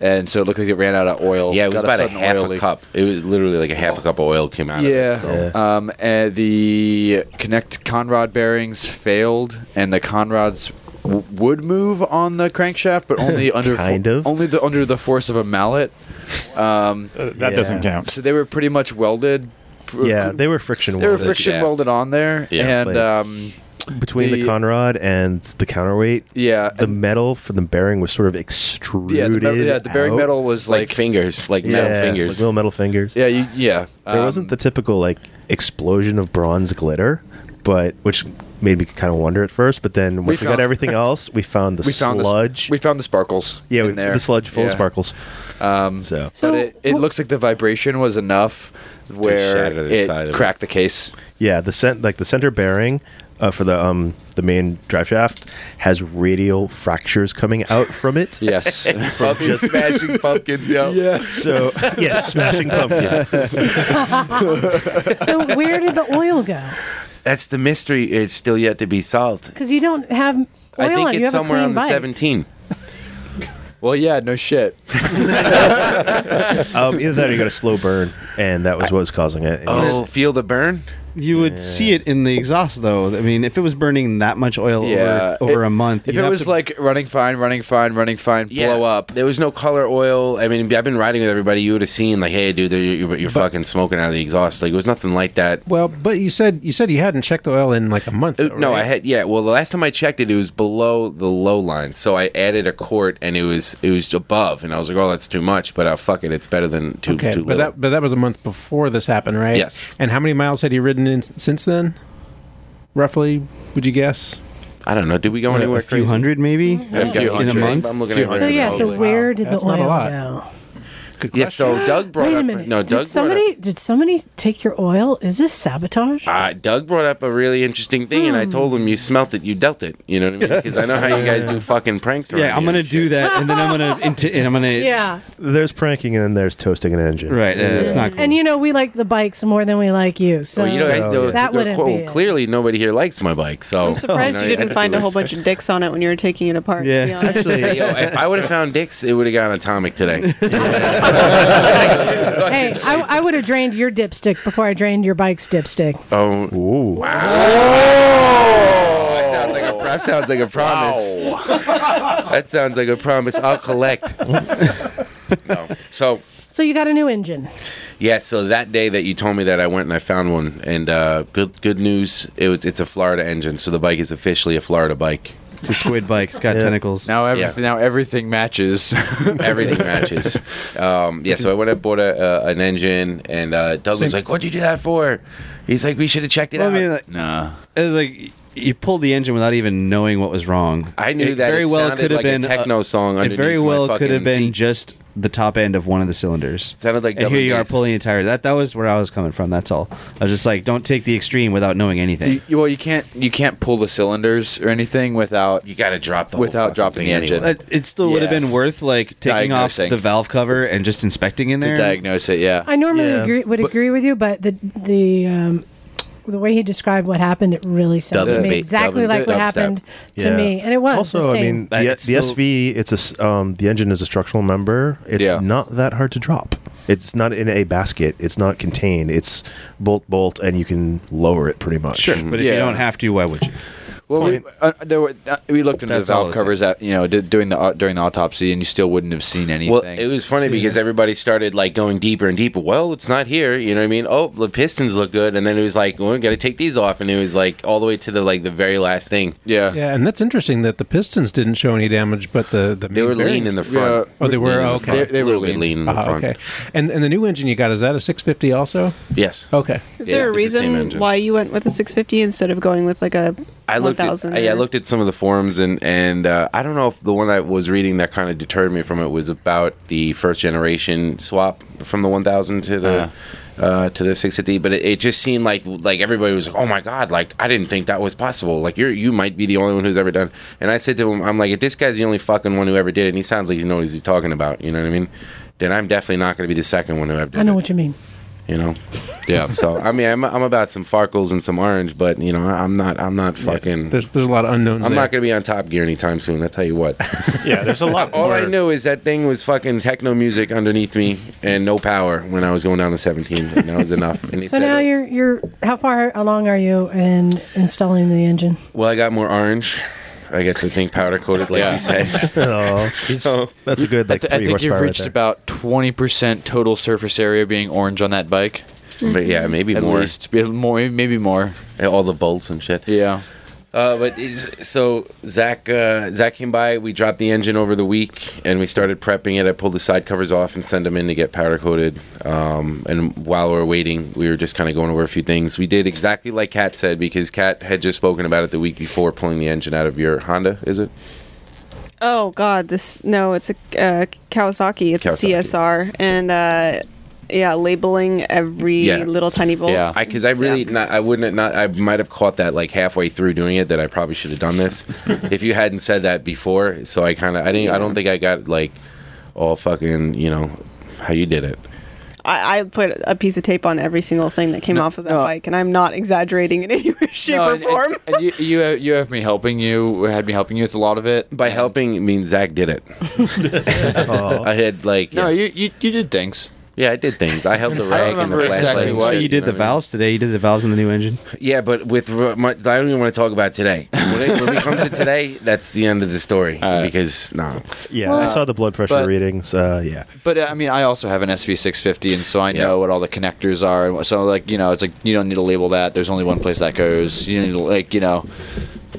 J: and so it looked like it ran out of oil.
M: yeah, it was
J: Got
M: about a,
J: sudden
M: half
J: oil
M: a
J: leak.
M: cup. It was literally like a half a cup of oil came out.
J: Yeah.
M: of it, so.
J: Um, and the connect conrod bearings failed, and the conrods w- would move on the crankshaft, but
C: *laughs*
J: only under
C: Kind
J: of only the, under the force of a mallet. Um,
C: *laughs* that doesn't Yeah. count.
J: So they were pretty much welded.
C: *laughs* Yeah, they were friction
J: They were
C: welded.
J: friction
C: Yeah.
J: welded on there,
C: Yeah.
J: and um,
C: between the, conrod and the counterweight.
J: Yeah,
C: the metal from the bearing was sort of extruded.
J: Yeah, the metal- yeah, the bearing
C: out.
J: metal was like,
M: fingers, like
C: Yeah,
M: metal fingers.
C: like real metal fingers.
J: Yeah, you, yeah. um,
C: There wasn't the typical like explosion of bronze glitter, but which made me kind of wonder at first. But then once we, got
J: found- *laughs*
C: everything else, we found the
J: we found
C: sludge.
J: The, we found the sparkles.
C: Yeah,
J: in
C: we-
J: there.
C: the sludge full of sparkles.
J: Um,
C: so,
A: So
J: but it, it looks like the vibration was enough where
C: shatter the
J: it
C: side of it.
J: cracked the case.
C: Yeah, the cent like the center bearing uh, for the um the main drive shaft has radial fractures coming out from
M: *laughs*
C: it.
J: yes,
C: *laughs* from just
M: smashing pumpkins, yo.
J: Yes.
C: So yes, smashing pumpkin.
A: so where did the oil go?
M: *laughs* That's the mystery. It's still yet to be solved.
A: Because you don't have oil
M: I
A: on.
M: think
A: you
M: it's
A: have
M: somewhere
A: a clean
M: on the
A: bike.
M: 17. *laughs*
J: Well, yeah, no shit.
C: *laughs* um, either that or you got a slow burn, and that was what was causing it. It was-
M: Oh, feel the burn?
G: You would see it in the exhaust, though. I mean, if it was burning that much oil
J: Yeah,
G: over, over
J: it-
G: a month,
J: If
G: you'd
J: it
G: have
J: was
G: to-
J: like running fine, running fine, running fine, blow up.
M: There was no color oil. I mean, I've been riding with everybody. You would have seen, like, hey, dude, you're, you're, you're fucking smoking out of the exhaust. Like, it was nothing like that.
F: Well, but you said you said you hadn't checked the oil in like a month. though,
M: Uh, No,
F: right?
M: I had yeah. Well, the last time I checked it, it was below the low line, so I added a quart, and it was it was above, and I was like, oh, that's too much, but uh, fuck it, it's better than too
F: Okay,
M: too
F: but
M: little.
F: that but that was a month before this happened, right?
M: Yes.
F: And how many miles had you ridden in since then? Roughly, would you guess?
M: I don't know. Did we go
F: What, a
M: anywhere?
F: few
M: crazy?
F: hundred maybe? Yeah.
M: I've got-
F: Few
M: in a
F: hundred.
M: month. I'm looking at
A: So yeah, so where did
F: That's
A: the
F: not
A: oil
F: a lot.
A: go?
M: Yeah, so Doug brought
A: Wait a
M: up
A: minute.
M: no. Doug
A: did somebody did somebody take your oil? Is this sabotage?
M: Uh, Doug brought up a really interesting thing,
G: Hmm.
M: and I told him you smelt it, you dealt it. You know what I mean? Because I know how you guys
G: *laughs*
M: do fucking pranks. around
G: yeah, I'm
M: here.
G: gonna do that, and then I'm gonna into, and
D: *laughs*
G: I'm gonna
A: Yeah.
C: There's pranking and then there's toasting an engine.
G: Right, yeah, that's not
A: And you know we like the bikes more than we like you, so
M: Well, Oh, you know, I- no,
A: that
M: no,
A: wouldn't
M: quote,
A: be. It.
M: clearly nobody here likes my bike. So
D: I'm surprised you didn't find a whole bunch of dicks on it when you were taking it apart. To be
M: Yeah, *laughs*
D: honest.
M: Yo, if I would have found dicks, it would have gone atomic
G: *laughs*
M: today.
A: Hey, I, I would have drained your dipstick before I drained your bike's dipstick.
M: Oh, wow! That sounds like a, that sounds like a promise. That sounds like a promise. I'll
G: *laughs*
M: collect. no, so.
A: *laughs* So you got a new engine.
M: Yeah, so that day that you told me that, I went and I found one, and uh, good good news. It was it's a Florida engine, so the bike is officially a Florida bike.
G: It's a squid bike. It's got
M: Yeah.
G: tentacles.
J: Now everything, now everything matches.
M: *laughs* Everything matches. Um, yeah, so I went and bought a, uh, an engine, and uh, Doug was
G: Same-
M: like, "What'd you do that for?" He's like, "We should have checked it
G: Well,
M: out."
G: I mean, like,
M: nah.
G: It was like you pulled the engine without even knowing what was wrong.
M: I knew that it sounded
G: could've
M: like a techno song
G: uh, It
M: underneath
G: very
M: my
G: well could have
M: fucking
G: been
M: seat.
G: just the top end of one of the cylinders.
M: Sounded like
G: and here you are
M: WDs.
G: pulling a tire. That that was where I was coming from. That's all. I was just like, don't take the extreme without knowing anything.
J: You- well, you can't you can't pull the cylinders or anything without
M: you got to drop the
J: without dropping the engine.
G: It, it still would have
J: Yeah.
G: been worth like taking off
J: Diagnosing.
G: the valve cover and just inspecting in
J: To
G: there
J: diagnose it. Yeah,
A: I normally agree, would agree with you, but the the um, the way he described what happened, it really sounded
C: Dub
A: to
C: and
A: me
C: ba-
A: exactly
C: dub and
A: like what
C: dubstep.
A: happened to
C: Yeah.
A: me, and it was the
C: Also, I
A: same.
C: mean, the,
G: It's
C: the
G: still-
C: SV, it's a s- um, the engine is a structural member. It's
G: Yeah.
C: not that hard to drop. It's not in a basket. It's not contained. It's bolt bolt, and you can lower it pretty much.
G: Sure, but if you don't have to, why would you?
J: Well, we, uh, there were, uh, we looked into
M: That's
J: the
M: all
J: valve
M: it
J: covers at you know d- during the au- during the autopsy, and you still wouldn't have seen anything.
M: Well, it was funny because everybody started like going deeper and deeper. Well, it's not here. You know what I mean? Oh, the pistons look good, and then it was like, well, we got to take these off, and it was like all the way to the like the very last thing.
J: Yeah,
F: Yeah, and that's interesting that the pistons didn't show any damage, but the the
M: They were lean in the front.
F: Oh, they were
M: Lean in the
F: okay.
M: front. They- they were A little bit lean. lean in the
F: Ah,
M: Mm, front.
F: Okay, and and the new engine you got is that a 650 also?
M: Yes.
F: Okay.
D: Is there a reason why you went with a 650 instead of going with like a
M: I looked. At,
D: 1000?
M: yeah, I looked at some of the forums, and and uh, I don't know if the one I was reading that kind of deterred me from it was about the first generation swap from the 1000 to the uh. to the 650. But it, it just seemed like like everybody was like, oh my god, like I didn't think that was possible. Like you are you might be the only one who's ever done. And I said to him, I'm like, if this guy's the only fucking one who ever did it, and he sounds like he knows what he's talking about. You know what I mean? Then I'm definitely not going to be the second one who ever did
A: I know what you mean.
M: you know. Yeah. So I mean, I'm, I'm about some Farkles and some orange, but you know, I'm not. I'm not fucking.
F: There's there's a lot of unknowns.
M: I'm
F: there.
M: not going to be on Top Gear anytime soon. I tell you what.
H: *laughs* Yeah, there's a lot
M: All I
H: more-
M: knew is that thing was fucking techno music underneath me and no power when I was going down to 17, and that was enough. And he
A: So
M: said,
A: now you're you're how far along are you in installing the engine?
M: "Well, I got more orange." Uh, I get the thing powder coated, like
J: Yeah.
M: you said.
J: *laughs*
C: Oh,
M: So- that's a good, like,
J: I, thi- I
M: three
J: think
M: horsepower
J: you've
M: right
J: reached
M: there.
J: about twenty percent total surface area being orange on that bike.
M: But yeah, maybe
J: At
M: more.
J: least. Be- more, maybe more.
M: *laughs* all the bolts and shit.
J: Yeah.
M: Uh, but is, so Zach, uh, Zach came by. We dropped the engine over the week, and we started prepping it. I pulled the side covers off and sent them in to get powder coated. Um, and while we were waiting, we were just kind of going over a few things. We did exactly like Kat said because Kat had just spoken about it the week before, pulling the engine out of your Honda. Is it?
D: Oh God, this no, it's a uh, Kawasaki. It's
M: Kawasaki.
D: a CSR, and uh, yeah, labeling every little tiny bolt.
M: Yeah, because I, really not. I wouldn't have not. I might have caught that like halfway through doing it that I probably should have done this if you hadn't said that before. So I kind of I didn't. I don't think I got like all fucking you know how you did it.
D: I, I put a piece of tape on every single thing that came off of that bike, and I'm not exaggerating in any *laughs* way, shape, or form.
J: And you, you have- you have me helping you. Had me helping you with a lot of it.
M: By helping means Zach did it. *laughs* I had like
J: No, you, you you did things.
M: Yeah, I did things. I held the
J: *laughs* I
M: rag and
J: remember
M: the flashlight.
J: exactly
M: and
J: what-
M: shit,
J: You did
M: know
J: the
M: what I mean?
G: valves today. You did the valves in the new engine.
M: Yeah, but with my, I don't even want to talk about today. When, it, when we come to today, that's the end of the story because no.
C: Yeah, I saw the blood pressure
J: but-
C: readings. Uh, yeah.
J: But uh, I mean, I also have an SV650, and so I know what all the connectors are. And what- so, like, you know, it's like you don't need to label that. There's only one place that goes. You need to, like, you know,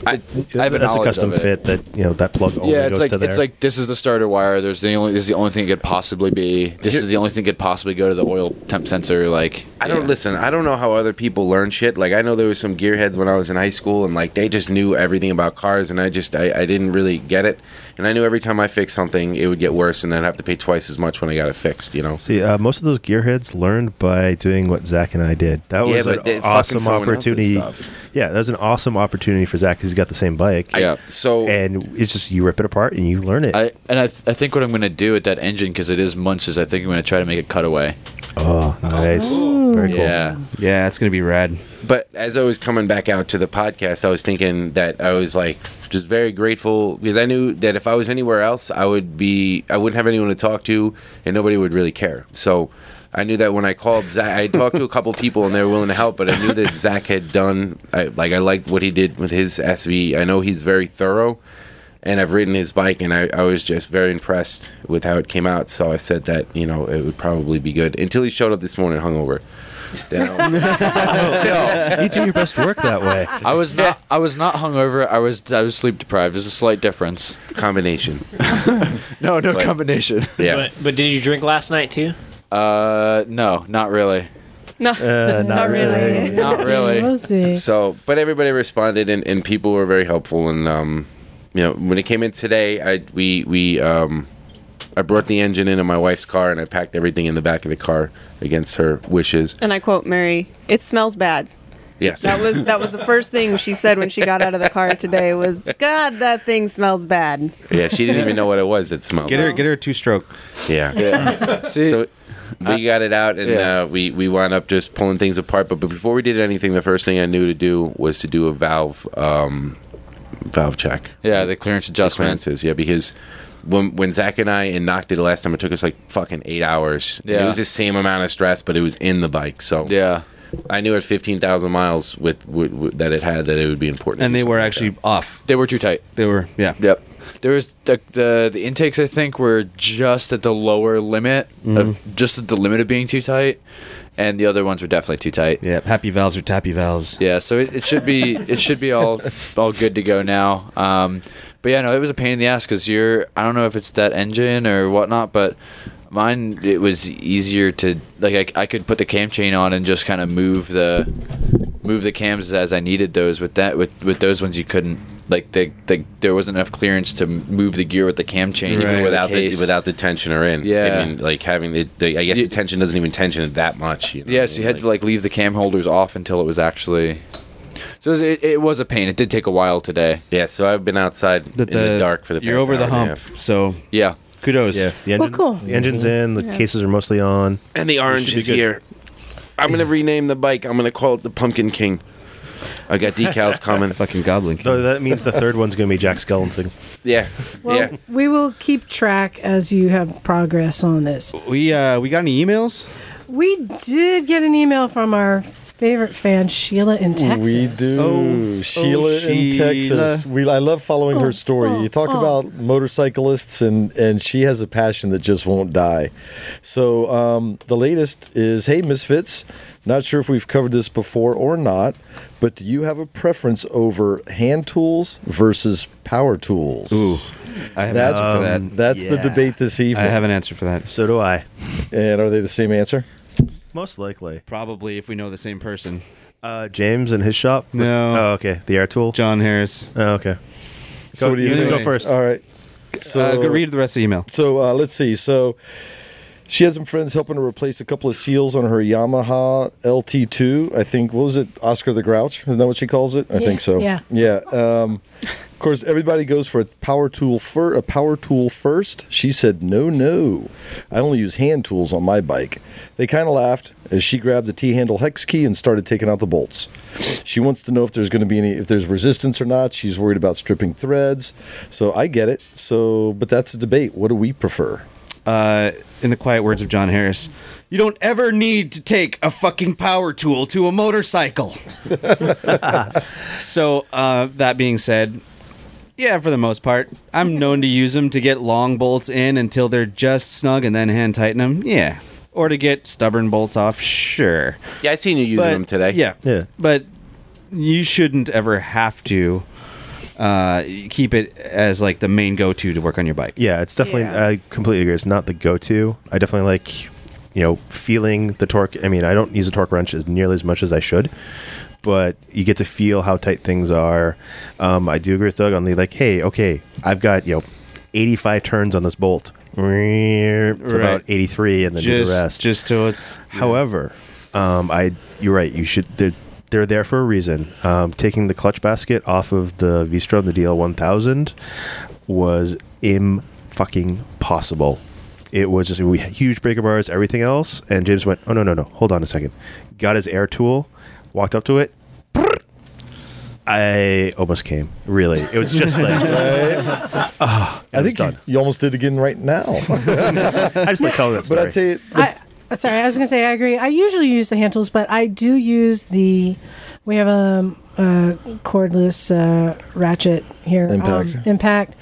J: I, I have a
C: That's a
J: knowledge
C: custom
J: of it.
C: fit that you know that plug only
J: Yeah, it's
C: goes
J: like
C: to there.
J: it's like this is the starter wire. There's the only this is the only thing it could possibly be. This is the only thing could possibly go to the oil temp sensor. Like,
M: I don't listen. I don't know how other people learn shit. Like I know there was some gearheads when I was in high school, and like they just knew everything about cars, and I just I, I didn't really get it. And I knew every time I fixed something, it would get worse, and I'd have to pay twice as much when I got it fixed. You know.
C: See, uh, most of those gearheads learned by doing what Zach and I did. That
M: Yeah,
C: was
M: but
C: an
M: they- fucking
C: awesome
M: someone else's
C: opportunity.
M: stuff.
C: Yeah, that was an awesome opportunity for Zach because he's got the same bike.
J: Yeah.
M: So
C: and it's just you rip it apart and you learn it.
J: I and I, th- I think what I'm going to do at that engine because it is munches. I think I'm going to try to make it cutaway.
C: Oh, nice! Very cool.
J: Yeah,
G: yeah, that's going to be rad.
M: But as I was coming back out to the podcast, I was thinking that I was like just very grateful because I knew that if I was anywhere else, I would be I wouldn't have anyone to talk to, and nobody would really care. So I knew that when I called Zach, I talked to a couple people and they were willing to help, but I knew that Zach had done I, like I liked what he did with his SV. I know he's very thorough. And I've ridden his bike, and I, I was just very impressed with how it came out. So I said that you know it would probably be good until he showed up this morning hungover. Then
C: *laughs*
M: I was
C: you do your best work that way.
J: I was *laughs* not. I was not hungover. I was. I was sleep deprived. There's a slight difference.
M: Combination.
J: *laughs* no, no
I: But-
J: combination.
I: But, but did you drink last night too?
J: Uh, no, not really.
D: No.
J: Uh, *laughs* not, really. not really.
M: So, but everybody responded, and, and people were very helpful. And um, you know, when it came in today, I we we um, I brought the engine into my wife's car, and I packed everything in the back of the car against her wishes.
D: And I quote Mary: "It smells bad."
M: Yes,
D: That was that was the first thing she said when she got out of the car today. Was God, that thing smells bad.
M: yeah. She didn't even know what it was. It smelled.
G: Get her, get her a two stroke.
M: Yeah. *laughs*
G: Yeah.
M: so we got it out, and
G: Yeah.
M: uh, we we wound up just pulling things apart. But, but before we did anything, the first thing I knew to do was to do a valve um, valve check.
J: Yeah, the clearance adjustment.
M: clearances, yeah, because. When, when Zach and I and knocked it last time, it took us like fucking eight hours. And It
J: Yeah.
M: was the same amount of stress, but it was in the bike. So
J: yeah,
M: I knew at fifteen thousand miles with, with, with that it had that it would be important.
G: And they were actually off.
J: They were too tight.
G: They were, yeah.
J: Yep. There was the, the the intakes. I think were just at the lower limit
G: Mhm.
J: of just at the limit of being too tight, and the other ones were definitely too tight.
G: Yeah, happy valves or tappy valves.
J: Yeah, so it, it should be it should be
G: *laughs*
J: all all good to go now. Um, but yeah, no, it was a pain in the ass because you're I don't know if it's that engine or whatnot, but mine it was easier to like I, I could put the cam chain on and just kind of move the move the cams as I needed those. With that with with those ones you couldn't like the, the there wasn't enough clearance to move the gear with the cam chain
M: even
J: even
M: without
J: the,
M: the,
J: case.
M: without the tensioner in.
J: Yeah.
M: I mean, like having the, the I guess the tension doesn't even tension it that much. You know?
J: Yeah, so you had to like leave the cam holders off until it was actually. So it was, it, it was a pain. It did take a while today.
M: Yeah, so I've been outside
J: in the dark for the
G: You're
J: past
G: over
J: hour
G: the
J: and a
G: hump.
J: half.
G: So
J: yeah,
G: kudos.
C: Yeah, the engine,
G: Well, cool.
C: The engine's in. The
M: Yeah.
C: cases are mostly on.
M: And the orange
C: should be
M: is
C: good.
M: here. I'm gonna rename the bike. I'm gonna call it the Pumpkin King. I got
C: *laughs*
M: decals coming.
G: Fucking Goblin King.
C: Though that means the third one's going to be Jack Skellington.
M: Yeah.
A: Well,
M: yeah.
A: we will keep track as you have progress on this.
G: We uh, we got any emails?
A: We did get an email from our favorite fan, Sheila in Texas.
E: We do.
A: Oh,
E: Sheila
A: oh,
E: in
A: Sheila.
E: Texas. We I love following her story. you talk
A: oh.
E: about motorcyclists and and she has a passion that just won't die. So um, the latest is hey misfits. Not sure if we've covered this before or not, but do you have a preference over hand tools versus power tools? Ooh,
G: I have an
E: that's,
G: answer for that.
E: That's the
G: Yeah.
E: debate this
G: I
E: evening.
G: have an
E: answer for that. So do I. And are they the same answer?
C: Most likely.
G: Probably if we know the same person.
C: Uh, James and his shop.
G: No.
C: Oh, okay. The air tool.
G: John Harris.
C: Oh, okay.
E: So
C: Go-
E: what do you,
C: you
E: think?
C: go first.
E: All right. So
G: Uh, go read the rest of the email.
E: So uh, let's see. So she has some friends helping to replace a couple of seals on her Yamaha LT2. I think what was it? Oscar the Grouch? Isn't that what she calls it? I
A: Yeah,
E: think so.
A: yeah.
E: Yeah. Um, of course, everybody goes for a power tool for a power tool first. She said, "No, no, I only use hand tools on my bike." They kind of laughed as she grabbed the T-handle hex key and started taking out the bolts. She wants to know if there's going to be any, if there's resistance or not. She's worried about stripping threads. So I get it. So, but that's a debate. What do we prefer?
G: Uh, in the quiet words of John Harris, you don't ever need to take a fucking power tool to a motorcycle. *laughs* so, uh, that being said, yeah, for the most part, I'm known to use them to get long bolts in until they're just snug and then hand tighten them. Yeah. Or to get stubborn bolts off, sure.
M: Yeah, I seen you using
G: But-
M: them today.
G: Yeah. But you shouldn't ever have to uh, keep it as like the main go to to work on your bike.
C: Yeah, it's definitely. I completely agree. It's not the go-to. I definitely like, you know, feeling the torque. I mean, I don't use a torque wrench as nearly as much as I should, but you get to feel how tight things are. Um, I do agree with Doug on the like, hey, okay, I've got you know, eighty-five turns on this bolt, to
G: Right.
C: about eighty-three, and then do
G: Just-
C: the rest.
G: Just till it's.
C: However, um, I you're right. You should they're they're there for a reason. Um, taking the clutch basket off of the V-Strom, the DL1000, was im fucking possible. It was just we had huge breaker bars, everything else, and James went, "Oh no, no, no! Hold on a second. Got his air tool, walked up to it. I almost came. Really, it was just like
E: *laughs*
C: *laughs* "Ah."
E: Right? I think you, you almost did it again right now.
C: *laughs* I just like telling that story.
E: *laughs* But I tell you,
A: I, uh, sorry, I was going to say I agree. I usually use the hand tools, but I do use the. We have a, a cordless uh, ratchet here.
E: Impact.
A: um, impact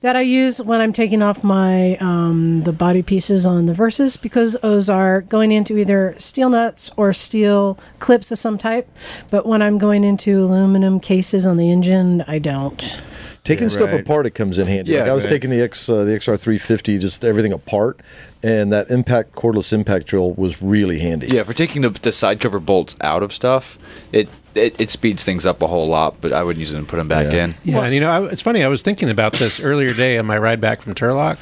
A: that I use when I'm taking off my um, the body pieces on the verses because those are going into either steel nuts or steel clips of some type. But when I'm going into aluminum cases on the engine, I don't.
E: Taking
A: Yeah,
E: stuff
A: right.
E: apart, it comes in handy.
A: Yeah,
E: like I was
A: right.
E: taking the X, uh, the XR350, just everything apart, and that impact cordless impact drill was really handy.
J: Yeah, for taking the, the side cover bolts out of stuff, it, it it speeds things up a whole lot. But I wouldn't use it and put them back in.
F: Yeah, and you know, I, it's funny. I was thinking about this earlier today on my ride back from Turlock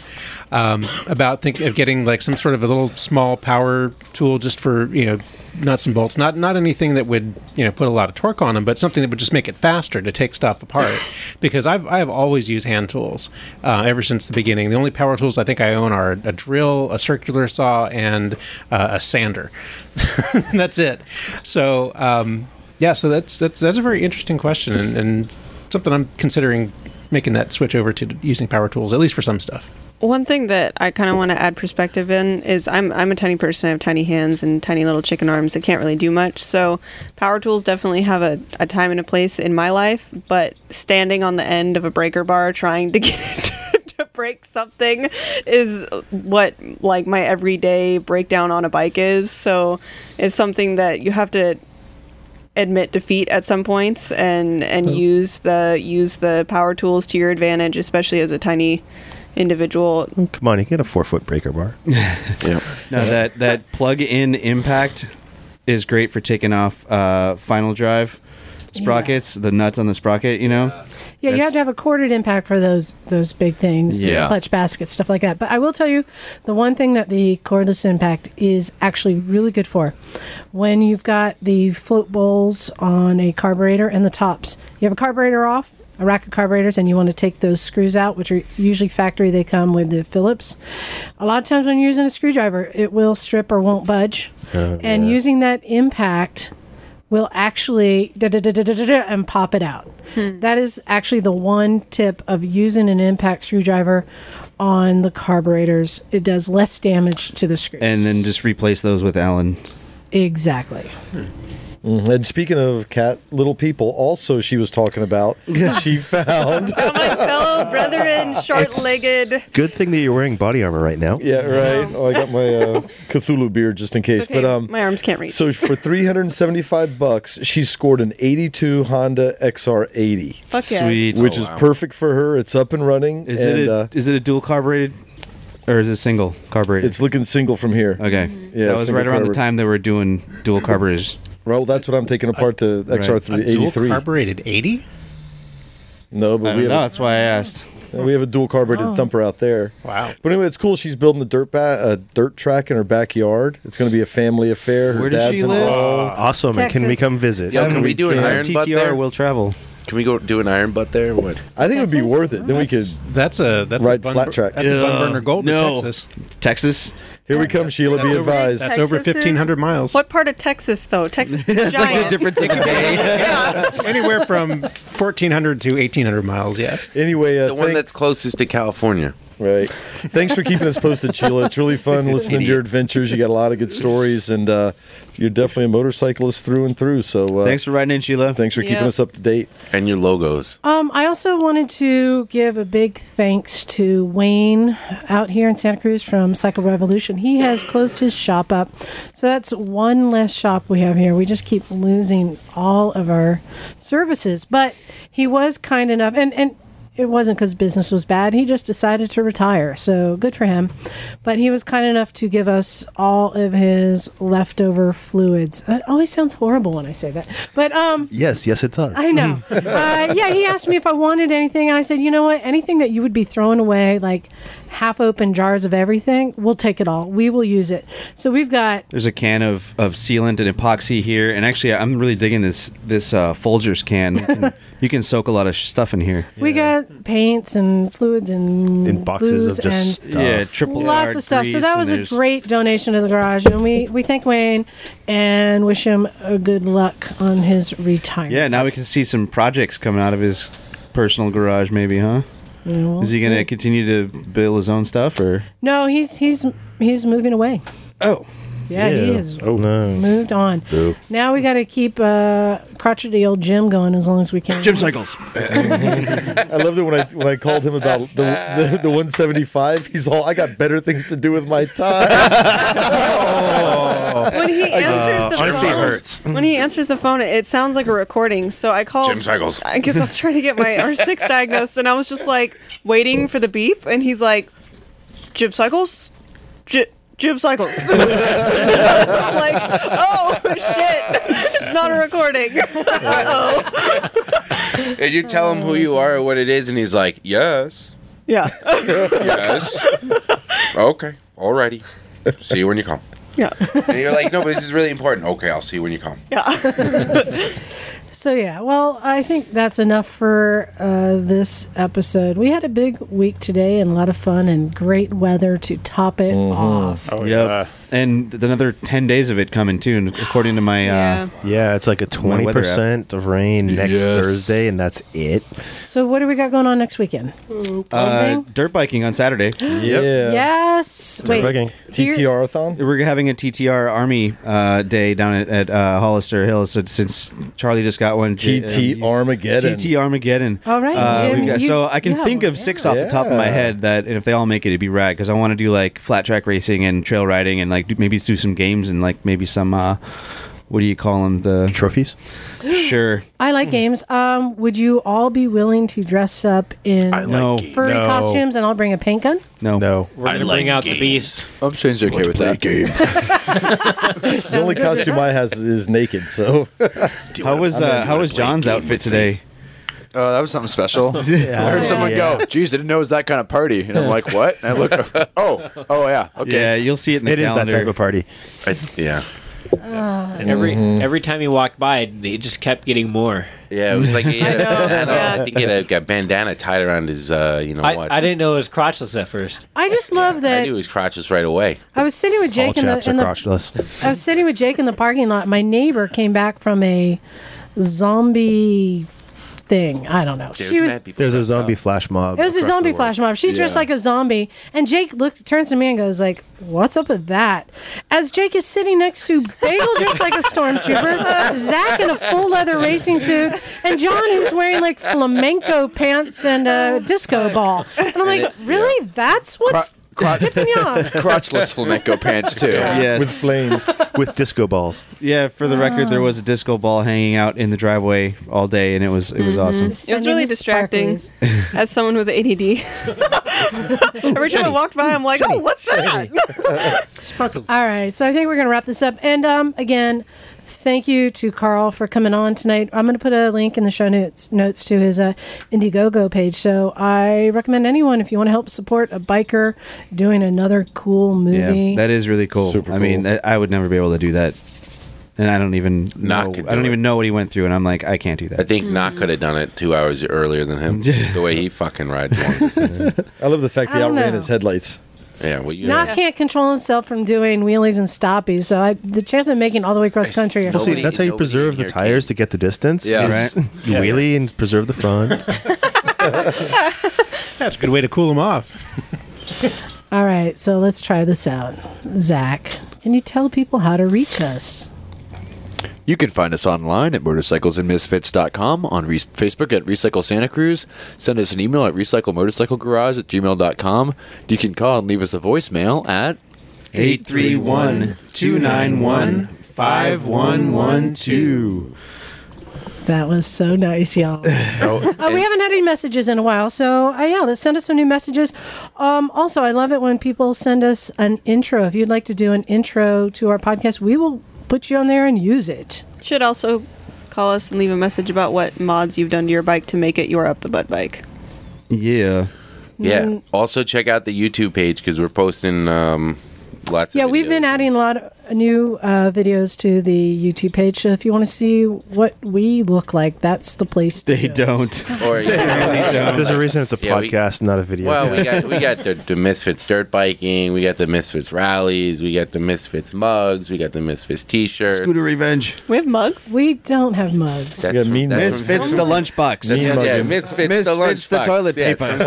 F: um, about think of getting like some sort of a little small power tool just for you know nuts and bolts, not not anything that would you know put a lot of torque on them, but something that would just make it faster to take stuff apart. because I've I've always used hand tools uh, ever since the beginning. The only power tools I think I own are a drill, a circular saw, and uh, a sander. *laughs* that's it. So. Um, yeah, so that's that's that's a very interesting question and, and something I'm considering making that switch over to using power tools at least for some stuff.
D: One thing that I kind of want to add perspective in is I'm I'm a tiny person. I have tiny hands and tiny little chicken arms that can't really do much. So power tools definitely have a, a time and a place in my life. But standing on the end of a breaker bar trying to *laughs* get it to break something is what like my everyday breakdown on a bike is. So it's something that you have to admit defeat at some points and and use the use the power tools to your advantage, especially as a tiny individual
C: Come on, you can get a four-foot breaker bar. yeah.
G: No, that that plug-in impact is great for taking off uh, final drive sprockets, the nuts on the sprocket. You know,
A: Yeah, you have to have a corded impact for those those big things,
G: Yeah.
A: clutch baskets, stuff like that. But I will tell you, the one thing that the cordless impact is actually really good for, when you've got the float bowls on a carburetor and the tops, you have a carburetor off, a rack of carburetors, and you want to take those screws out, which are usually factory. They come with the Phillips. A lot of times when you're using a screwdriver, it will strip or won't budge,
O: Oh,
A: and using that impact will actually da, da, da, da, da, da, da, and pop it out. That is actually the one tip of using an impact screwdriver on the carburetors. It does less damage to the screw.
G: and then just replace those with Allen.
A: Exactly.
E: Mhm. And speaking of cat little people, also she was talking about she found.
D: Fellow brethren, short-legged.
C: *laughs* Good thing that you're wearing body armor right now.
E: Yeah, right. Oh, I got my uh, Cthulhu beard just in case.
D: It's okay,
E: But um,
D: my arms can't reach.
E: So
D: *laughs*
E: for 375 bucks, she scored an 82 Honda XR80.
D: Fuck yes. Sweet.
E: Which
D: Oh,
E: is
D: wow.
E: perfect for her. It's up and running.
G: Is
E: and,
G: it a,
E: uh,
G: is it a dual carbureted or is it single carbureted?
E: it's looking single from here.
G: Okay.
E: Yeah,
G: that was
E: single
G: right around
E: carbureted.
G: the time they were doing dual carburetors.
E: Well, that's what I'm taking apart the
G: Right.
E: XR3
G: A dual
E: 83.
F: carbureted 80?
E: No,
G: I
E: but
G: don't
E: we have
G: know,
E: a-
G: that's why I asked.
E: Yeah, Uh, we have a dual carbureted
G: Oh.
E: thumper out there.
F: Wow.
E: But anyway, it's cool. She's building a dirt ba- a dirt track in her backyard. It's going to be a family affair. Her
C: Where does
E: dad's
C: she live?
E: involved.
F: Uh,
C: Awesome, and can we Texas. come visit? Yo,
E: And
C: can we do an iron butt
E: TTR
C: there?
E: will travel.
M: Can we go do an iron butt there? What?
E: I think it would be worth it. Then we could.
F: That's a that's
E: ride
F: a bun-
E: flat track.
F: That's a bun burner gold
E: No.
F: in Texas.
G: Texas.
E: Here we come, Sheila.
F: That's
E: be
F: over-
E: advised.
F: that's over
D: Texas is-
F: 1,500 miles.
D: What part of Texas though? Texas is giant. *laughs*
F: *laughs* Anywhere from 1,400 to 1,800 miles, yes.
E: Anyway, uh,
M: The one that's closest to *laughs* California.
E: Right. Thanks for keeping us posted, Sheila. It's really
G: *laughs*
E: fun listening to your adventures. You got a lot of good stories, and uh, you're definitely a motorcyclist through and through. So uh,
G: Thanks for writing in, Sheila.
E: Thanks for keeping
A: Yeah.
E: us up to date.
M: And your logos.
A: Um, I also wanted to give a big thanks to Wayne out here in Santa Cruz from Cycle Revolution. He has closed his shop up, so that's one less shop we have here. We just keep losing all of our services, but he was kind enough, and and it wasn't because business was bad. He just decided to retire, so good for him. But he was kind enough to give us all of his leftover fluids. It always sounds horrible when I say that, but um.
C: Yes, yes, it does.
A: I know.
C: *laughs*
A: uh, yeah, he asked me if I wanted anything, and I said, you know what? Anything that you would be throwing away, like half open jars of everything, we'll take it all. We will use it. So we've got
G: There's a can of, of sealant and epoxy here, and actually, I'm really digging this this uh, Folgers can.
A: *laughs*
G: You can, you can soak a lot of stuff in here.
A: we got paints and fluids and
G: In boxes
A: booze
G: of just
A: and
G: stuff. Yeah, triple
A: lots
G: R
A: of stuff. So
G: grease,
A: that
G: and
A: was a
G: there's-
A: great donation to the garage, and we we thank Wayne and wish him a good luck on his retirement.
G: Yeah, now we can see some projects coming out of his personal garage, maybe, huh?
A: Yeah, we'll
G: Is he
A: see.
G: gonna continue to build his own stuff, or
A: No, he's he's he's moving away.
G: Oh.
A: Yeah, he is.
G: Oh no,
A: Moved on. Now we got to keep uh, crotchety old Jim going as long as we can.
G: Jim Cycles.
E: *laughs* I loved it when I when I called him about the, the the 175. He's all I got better things to do with my time.
C: *laughs*
D: when he
E: I-
D: answers
E: Uh,
D: the
E: arm
D: phone,
E: day hurts.
D: when he answers the phone, it sounds like a recording. So I called
M: Jim Cycles.
D: I guess I was trying to get my R6 diagnosed, and I was just like waiting for the beep, and he's like, "Jim Cycles, J- Jim Cycles." *laughs* I'm like, oh shit, it's not a recording. *laughs* oh,
M: And you tell him who you are or what it is, and he's like, "Yes,
D: yeah,
M: *laughs* yes, okay, alrighty. See you when you come."
D: Yeah.
M: And you're like, "No, but this is really important." Okay, I'll see you when you come.
A: *laughs* So yeah, well, I think that's enough for uh, this episode. We had a big week today and a lot of fun and great weather to top it off.
G: Oh, and th- another ten days of it coming too, and according to my uh,
C: yeah, it's like a
G: My
C: twenty
G: weather app.
C: percent of rain next
G: Yes.
C: Thursday, and that's it.
A: So what do we got going on next weekend? Oh,
G: uh, dirt biking
A: *gasps*
G: on Saturday.
A: Yes. Wait. here-
E: thon.
G: We're having a TTR Army uh, day down at, at uh, Hollister Hills. So since Charlie just got one, J-
E: TT Armageddon.
G: TT Armageddon.
A: All right,
G: Uh,
A: Jim,
G: we've got-
A: you-
G: so I can
A: you have
G: think
A: one,
G: of six off the top of my
E: Yeah.
G: head that if they all make it, it'd be rad because I want to do like flat track racing and trail riding and like do, maybe do some games and like maybe some uh, what do you call them the
C: trophies?
G: *gasps* Sure.
A: I like games. Um, would you all be willing to dress up in
G: I like No. games.
A: furry
G: No.
A: costumes and I'll bring a paint gun?
G: No,
C: no.
I: We're gonna bring out the beast.
J: I'm strange okay with that. Game. *laughs*
E: *laughs* the only costume I has is naked. So
G: how was uh, how was John's outfit today?
J: Oh, that was something *laughs* special. I heard someone go, "Geez, I didn't know it was that kind of party." And I'm like, "What?" And I look, over, *laughs* "Oh, oh yeah, okay."
G: Yeah, you'll see it in the
J: It is that
G: calendar.
J: type of
C: party.
M: yeah.
A: Uh,
I: And every every time he walked by, they just kept getting more.
M: Yeah, it was like he
A: *laughs*
M: had a
I: *laughs* I know.
M: bandana.
I: Yeah.
M: I think he had a, got bandana tied around his, uh, you know
I: I,
M: what?
I: I didn't know it was crotchless at first.
A: I just love
M: I
A: that.
M: knew his crotches right away.
A: I was sitting with Jake in the, in the I was sitting with Jake in the parking lot. My neighbor came back from a zombie thing. I don't know. she was
C: There's a zombie flash mob.
A: It was a
C: across the
A: zombie
C: world.
A: flash mob. She's dressed like a zombie, and Jake looks, turns to me, and goes like, "What's up with that?" As Jake is sitting next to Bagel, dressed like a stormtrooper, Zach in a full leather racing suit, and John, who's wearing like flamenco pants and a disco ball. And I'm like, "Really? That's what's tipping
G: *laughs*
A: you off?"
J: Crotchless flamenco pants too.
G: Yes.
J: With
E: flames.
G: with disco balls. Yeah, for the record, there was a disco ball hanging out in the driveway all day, and it was it was awesome.
D: Mm-hmm. It was really distracting *laughs* as someone with *laughs* ADD. Every time I walked by, I'm like, oh, what's that?
A: *laughs* All right, so I think we're going to wrap this up. And um, again, thank you to Carl for coming on tonight. I'm going to put a link in the show notes notes to his uh, Indiegogo page. So I recommend anyone if you want to help support a biker doing another cool movie.
G: Yeah, that is really cool.
A: Super
G: I mean, I, I would never be able to do that, and I don't even
M: Not
G: know,
M: could
G: I don't
M: do
G: even know what he went through, and I'm like, I can't do that.
M: I think Knock could have done it two hours earlier than
C: *laughs*
M: him. the way he fucking rides long distance.
E: I love the fact
A: I
E: he
A: don't
E: outran
A: know.
E: his headlights.
M: Yeah, well, you
A: Not can't control himself from doing wheelies and stoppies, so I, the chance of making it all the way across country. Are
C: Well, see, that's how you preserve the tires to get the distance.
F: Yeah.
C: is
F: Right.
C: *laughs* you wheelie and preserve
A: *laughs*
C: the front.
F: That's a good way to cool them off.
A: All right, so let's try this out. Zach, can you tell people how to reach us?
J: You can find us online at motorcyclesandmisfits.com, on re- Facebook at Recycle Santa Cruz. Send us an email at recyclemotorcyclegarage at gmail.com. You can call and leave us a voicemail at
G: 831-291-5112.
A: That was so nice, y'all.
G: Oh,
A: Uh, we haven't had any messages in a while, so uh, yeah, let's send us some new messages. Um, also, I love it when people send us an intro. If you'd like to do an intro to our podcast, we will put you on there and use it.
D: Should also call us and leave a message about what mods you've done to your bike to make it your up the butt bike.
G: Yeah.
M: Yeah. Also, check out the YouTube page because we're posting um, lots. *laughs*
A: yeah,
M: of
A: we've been adding a lot of new uh, videos to the YouTube page. So if you want to see what we look like, that's the place to.
G: They don't.
M: Or
C: There's a reason it's a
M: *laughs* Yeah, we-
C: podcast, not a video.
M: Well, we
C: cast.
M: got we got the, the Misfits dirt biking, we got the Misfits rallies, we got the Misfits mugs, we got the Misfits t-shirts.
G: Revenge.
D: We have mugs.
A: We don't have mugs.
M: That's from- that's from-
G: Misfits the lunchbox.
M: That's- yeah, yeah, Misfits, the lunchbox.
G: toilet
M: Yeah, it's
G: paper.
M: from
G: *laughs*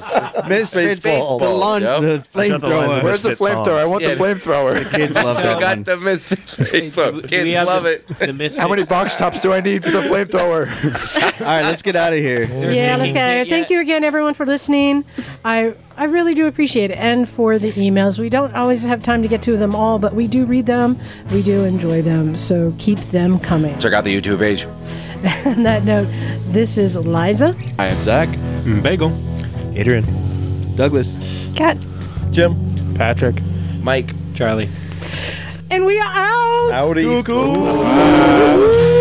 M: Spaceballs.
G: Misfits
M: Spaceballs.
G: the laun-
M: Yep.
G: the flamethrower.
M: Where's the flamethrower? I want the flamethrower.
G: The kids love
M: *laughs*
G: that
M: I got
G: one.
M: the Misfits flamethrower.
G: we
M: Kids
G: have
M: love
G: the-
M: it.
G: How many
M: box tops do I need for the flamethrower? *laughs*
G: All right, let's get out of here.
A: Yeah, let's get out of here. Thank you again, everyone, for listening. I I really do appreciate it, and for the emails. We don't always have time to get to them all, but we do read them. We do enjoy them, so keep them coming. *laughs*
M: Check out the YouTube page.
A: On that note, this is Liza.
J: I am Zach.
F: Bagel.
C: Adrian.
G: Douglas.
A: Cat.
E: Jim.
H: Patrick.
M: Mike.
I: Charlie.
A: And we are out.
E: Howdy.
A: Ooh.